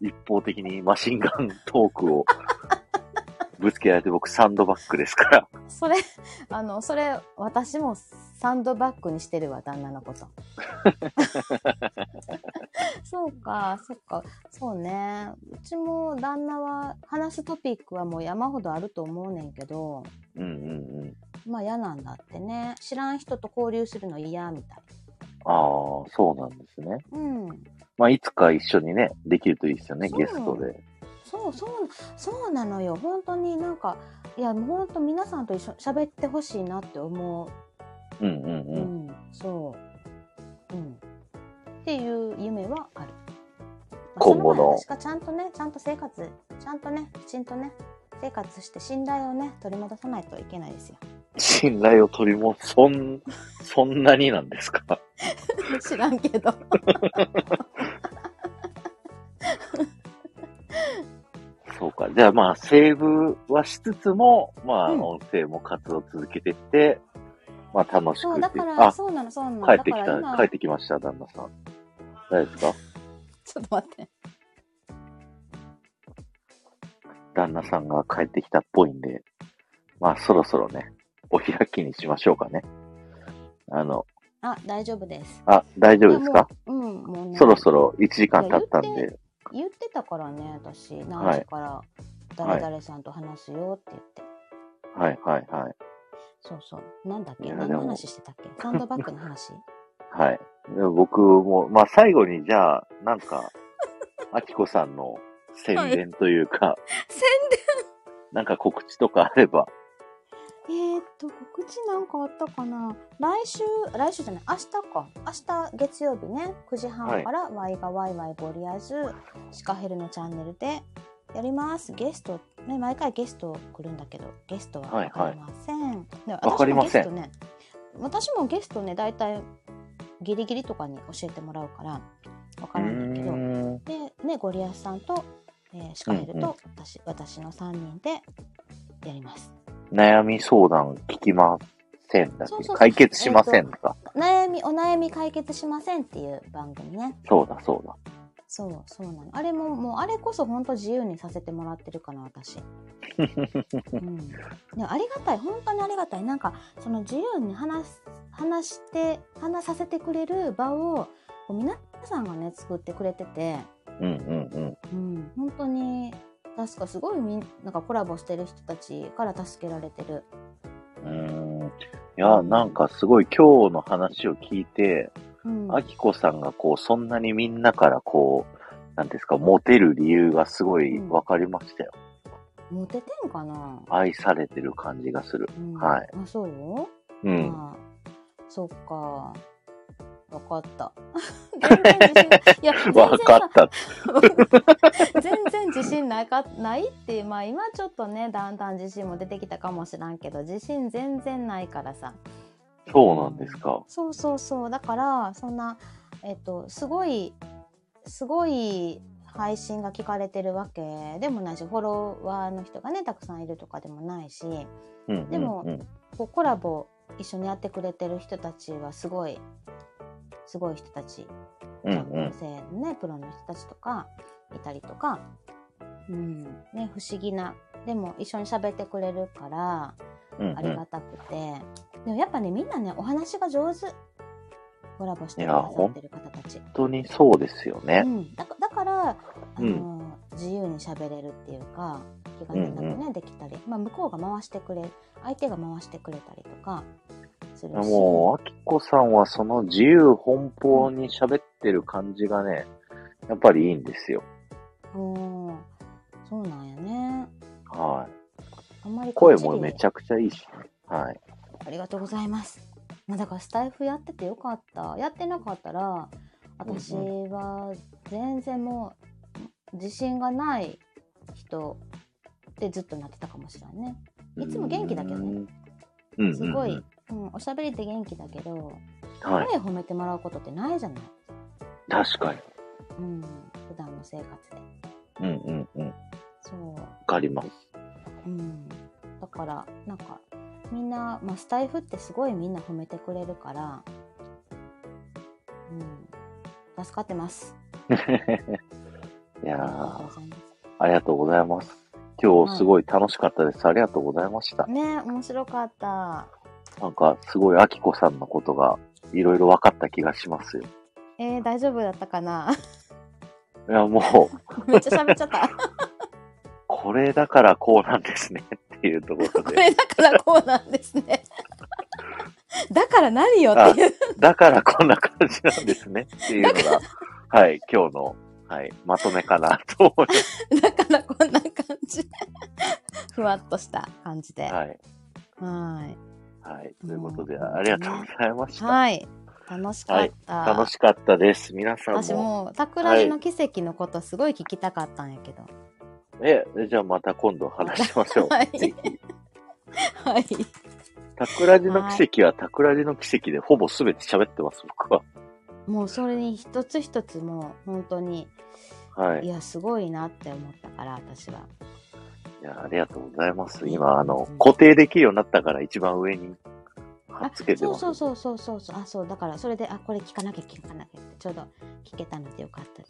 Speaker 1: ー、一方的にマシンガントーク をぶつけられて僕サンドバッグですから。
Speaker 2: それ あのそれ私もサンドバッグにしてるわ旦那のこと そうかそっかそうねうちも旦那は話すトピックはもう山ほどあると思うねんけど
Speaker 1: うんうんうん。
Speaker 2: まあ嫌なんだってね知らん人と交流するの嫌みたい
Speaker 1: ああ、そうなんですね。
Speaker 2: うん
Speaker 1: まあ、いつか一緒にね、できるといいですよね、
Speaker 2: そう
Speaker 1: ゲストで。
Speaker 2: そうそうそうなのよ本当になんかいやもう本当皆さんと一緒喋ってほしいなって思う
Speaker 1: うんうん
Speaker 2: う
Speaker 1: うん。
Speaker 2: ん、そう、うん、っていう夢はある、まあ
Speaker 1: 今後の
Speaker 2: そ前私がちゃんとねちゃんと生活ちゃんとねきちんとね生活して信頼をね取り戻さないといけないですよ
Speaker 1: 信頼を取りも、そん、そんなになんですか
Speaker 2: 知らん けど
Speaker 1: そうか。じゃあまあ、セーブはしつつも、まあ、
Speaker 2: うん
Speaker 1: 音声も活動続けてって、まあ、楽し
Speaker 2: そ
Speaker 1: く
Speaker 2: う
Speaker 1: っ
Speaker 2: だ
Speaker 1: てい
Speaker 2: か
Speaker 1: う。
Speaker 2: ら
Speaker 1: あ、
Speaker 2: そうなのそうなの
Speaker 1: 帰ってき
Speaker 2: だから
Speaker 1: た、
Speaker 2: 今
Speaker 1: 帰ってきました、旦那さん。誰ですか
Speaker 2: ちょっと待って
Speaker 1: 旦那さんが帰ってきたっぽいんで、まあ、そろそろね、お開きにしましょうかね。あの、
Speaker 2: あ大丈夫です
Speaker 1: あ、大丈夫ですか
Speaker 2: いやもううんもうね
Speaker 1: そろそろ1時間経ったん
Speaker 2: いや言
Speaker 1: で、
Speaker 2: 言ってたからね私何時から誰々さんと話すよって言って、
Speaker 1: はいはいはい。
Speaker 2: そうそうなんだっ
Speaker 1: い
Speaker 2: け
Speaker 1: や
Speaker 2: 何
Speaker 1: で
Speaker 2: の
Speaker 1: も
Speaker 2: 話してたっけサンドバッグの話
Speaker 1: はい。で僕も、まあ、最後にじゃあ、なん か、あきこさんの宣伝というか、
Speaker 2: 宣
Speaker 1: なんか告知とかあれば。
Speaker 2: えー、っと、告知なんかあったかな来週、来週じゃない、明日か。明日月曜日ね、9時半から、ワイがワイワイゴリアズ、シカヘルのチャンネルでやります。ゲスト、ね、毎回ゲスト来るんだけど、ゲストはわかりません。ね
Speaker 1: わかりません
Speaker 2: 私もゲストね、私もゲストね、大体ギリギリとかに教えてもらうから、わからんだけど、
Speaker 1: ん。
Speaker 2: で、ね、ゴリアスさんと、えーシカヘル
Speaker 1: うんうん
Speaker 2: と私、私の3人でやります。
Speaker 1: 悩み相談聞きませんだっ
Speaker 2: そうそう
Speaker 1: け
Speaker 2: そう
Speaker 1: 解決しませんか、
Speaker 2: 悩みお悩み解決しませんっていう番組ね
Speaker 1: そうだそうだ。
Speaker 2: そうそうなのあれももうあれこそ本当自由にさせてもらってるかな私、 うん、でもありがたい本当にありがたいなんかその自由に話す話して話させてくれる場をこう皆さんがね作ってくれてて、
Speaker 1: うんうん
Speaker 2: うん、本当に確かすごいみんなんかコラボしてる人たちから助けられてる
Speaker 1: うん。うーん。いや、なんかすごい今日の話を聞いて、
Speaker 2: うん
Speaker 1: あきこさんがこう、そんなにみんなからこう、なんていうんですか、モテる理由がすごいわかりましたよ。
Speaker 2: モテてんかな、
Speaker 1: 愛されてる感じがする。
Speaker 2: うん、
Speaker 1: はい
Speaker 2: あそう
Speaker 1: うん。
Speaker 2: まあ、そっか。わか った。全然自信いや、全然
Speaker 1: わかった。
Speaker 2: さ 全然自信なかないっていう、まあ今ちょっとね、だんだん自信も出てきたかもしらんけど、自信全然ないからさ。
Speaker 1: そうなんですか。
Speaker 2: そうそうそう。だから、そんな、えっと、すごい、すごい配信が聞かれてるわけでもないし、フォロワーの人がね、たくさんいるとかでもないし、
Speaker 1: うんうんうん、
Speaker 2: でもこうコラボ一緒にやってくれてる人たちはすごいすごい人たち、
Speaker 1: うん
Speaker 2: 女性のねプロの人たちとかいたりとか、うんね、不思議なでも一緒に喋ってくれるから
Speaker 1: うんうん
Speaker 2: ありがたくて、でもやっぱねみんなねお話が上手コラボして
Speaker 1: い
Speaker 2: く
Speaker 1: や
Speaker 2: ださってる方たち、
Speaker 1: 本当にそうですよ
Speaker 2: う
Speaker 1: ね。
Speaker 2: ん、だかだから、あ
Speaker 1: うん
Speaker 2: の自由に喋れるっていうか気兼ねなくね、
Speaker 1: うん
Speaker 2: できたり、まあ、向こうが回してくれ相手が回してくれたりとかするし
Speaker 1: もう、あきこさんはその自由奔放に喋ってる感じがね、やっぱりいいんですよ。
Speaker 2: うんそうなんやね
Speaker 1: は
Speaker 2: あんまり
Speaker 1: い。声もめ
Speaker 2: ゃ
Speaker 1: ちゃくちゃいいし、ね。はい。
Speaker 2: ありがとうございますまあ、だからスタイフやっててよかったやってなかったら私
Speaker 1: うん
Speaker 2: は全然もう自信がない人ってずっとなってたかもしれんねいつも元気だけどね
Speaker 1: うん。うん。
Speaker 2: すごい、うんおしゃべりって元気だけど
Speaker 1: はい。
Speaker 2: 声褒めてもらうことってないじゃない、
Speaker 1: 確かに。
Speaker 2: うん、普段の生活で
Speaker 1: うんうんうん。わ
Speaker 2: そう
Speaker 1: かります。
Speaker 2: うん、だからなんかみんな、まあ、スタイフってすごいみんな褒めてくれるから、うん、助かってます。
Speaker 1: いや
Speaker 2: ありがとう
Speaker 1: ー
Speaker 2: ございます。
Speaker 1: ありがとうございます。今日すごい楽しかったです。ありがとうございました。
Speaker 2: ね面白かった。
Speaker 1: なんか、すごい、あきこさんのことが、いろいろ分かった気がしますよ。
Speaker 2: えー、大丈夫だったかな
Speaker 1: いや、もう、
Speaker 2: めっちゃ喋っちゃ った。
Speaker 1: これだからこうなんですね、っていうところ
Speaker 2: こ
Speaker 1: で。
Speaker 2: れだからこうなんです ね。だから何よっていう。
Speaker 1: だからこんな感じなんですね、っていうのが、はい、今日の、はい、まとめかな、と思います。
Speaker 2: だからこんな感じ。 ふわっとした感じで。は
Speaker 1: はい。
Speaker 2: ーい。
Speaker 1: はい。ということで、
Speaker 2: うん
Speaker 1: ありがとうございました。
Speaker 2: はい。楽しかった。
Speaker 1: 楽しかったです。皆さん
Speaker 2: 私
Speaker 1: も。
Speaker 2: もう桜木の奇跡のことすごい聞きたかったんやけど。
Speaker 1: え、じゃあまた今度話しましょう。
Speaker 2: はい
Speaker 1: ぜひ。
Speaker 2: はい。
Speaker 1: 桜地の奇跡は桜地の奇跡でほぼ全て喋ってます、僕は。
Speaker 2: もうそれに一つ一つもう本当に、
Speaker 1: はい
Speaker 2: い、。やすごいなって思ったから私は。
Speaker 1: いや、ありがとうございます。今、あの、固定できるようになったから一番上に貼っつけて
Speaker 2: そう
Speaker 1: ます。
Speaker 2: そうそうそうそうそうあそうだからそれであこれ聞かなきゃ聞かなきゃってちょうど聞けたのでよかったで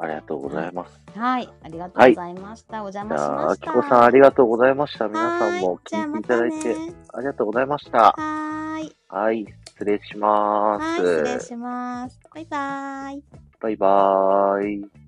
Speaker 1: ありがとうございます。
Speaker 2: す。はいありがとうございました。お邪
Speaker 1: じ
Speaker 2: 魔し
Speaker 1: ゃあ、
Speaker 2: ま
Speaker 1: あ
Speaker 2: し
Speaker 1: き
Speaker 2: た。
Speaker 1: こさんありがとうございました。皆さんも
Speaker 2: はーじゃあ
Speaker 1: 聞いて
Speaker 2: ま
Speaker 1: いただい
Speaker 2: ね
Speaker 1: て、ありがとうございました。
Speaker 2: はーい
Speaker 1: はい、失礼しま
Speaker 2: はい
Speaker 1: す。
Speaker 2: 失礼します。バイバーイ。
Speaker 1: バイバーイ。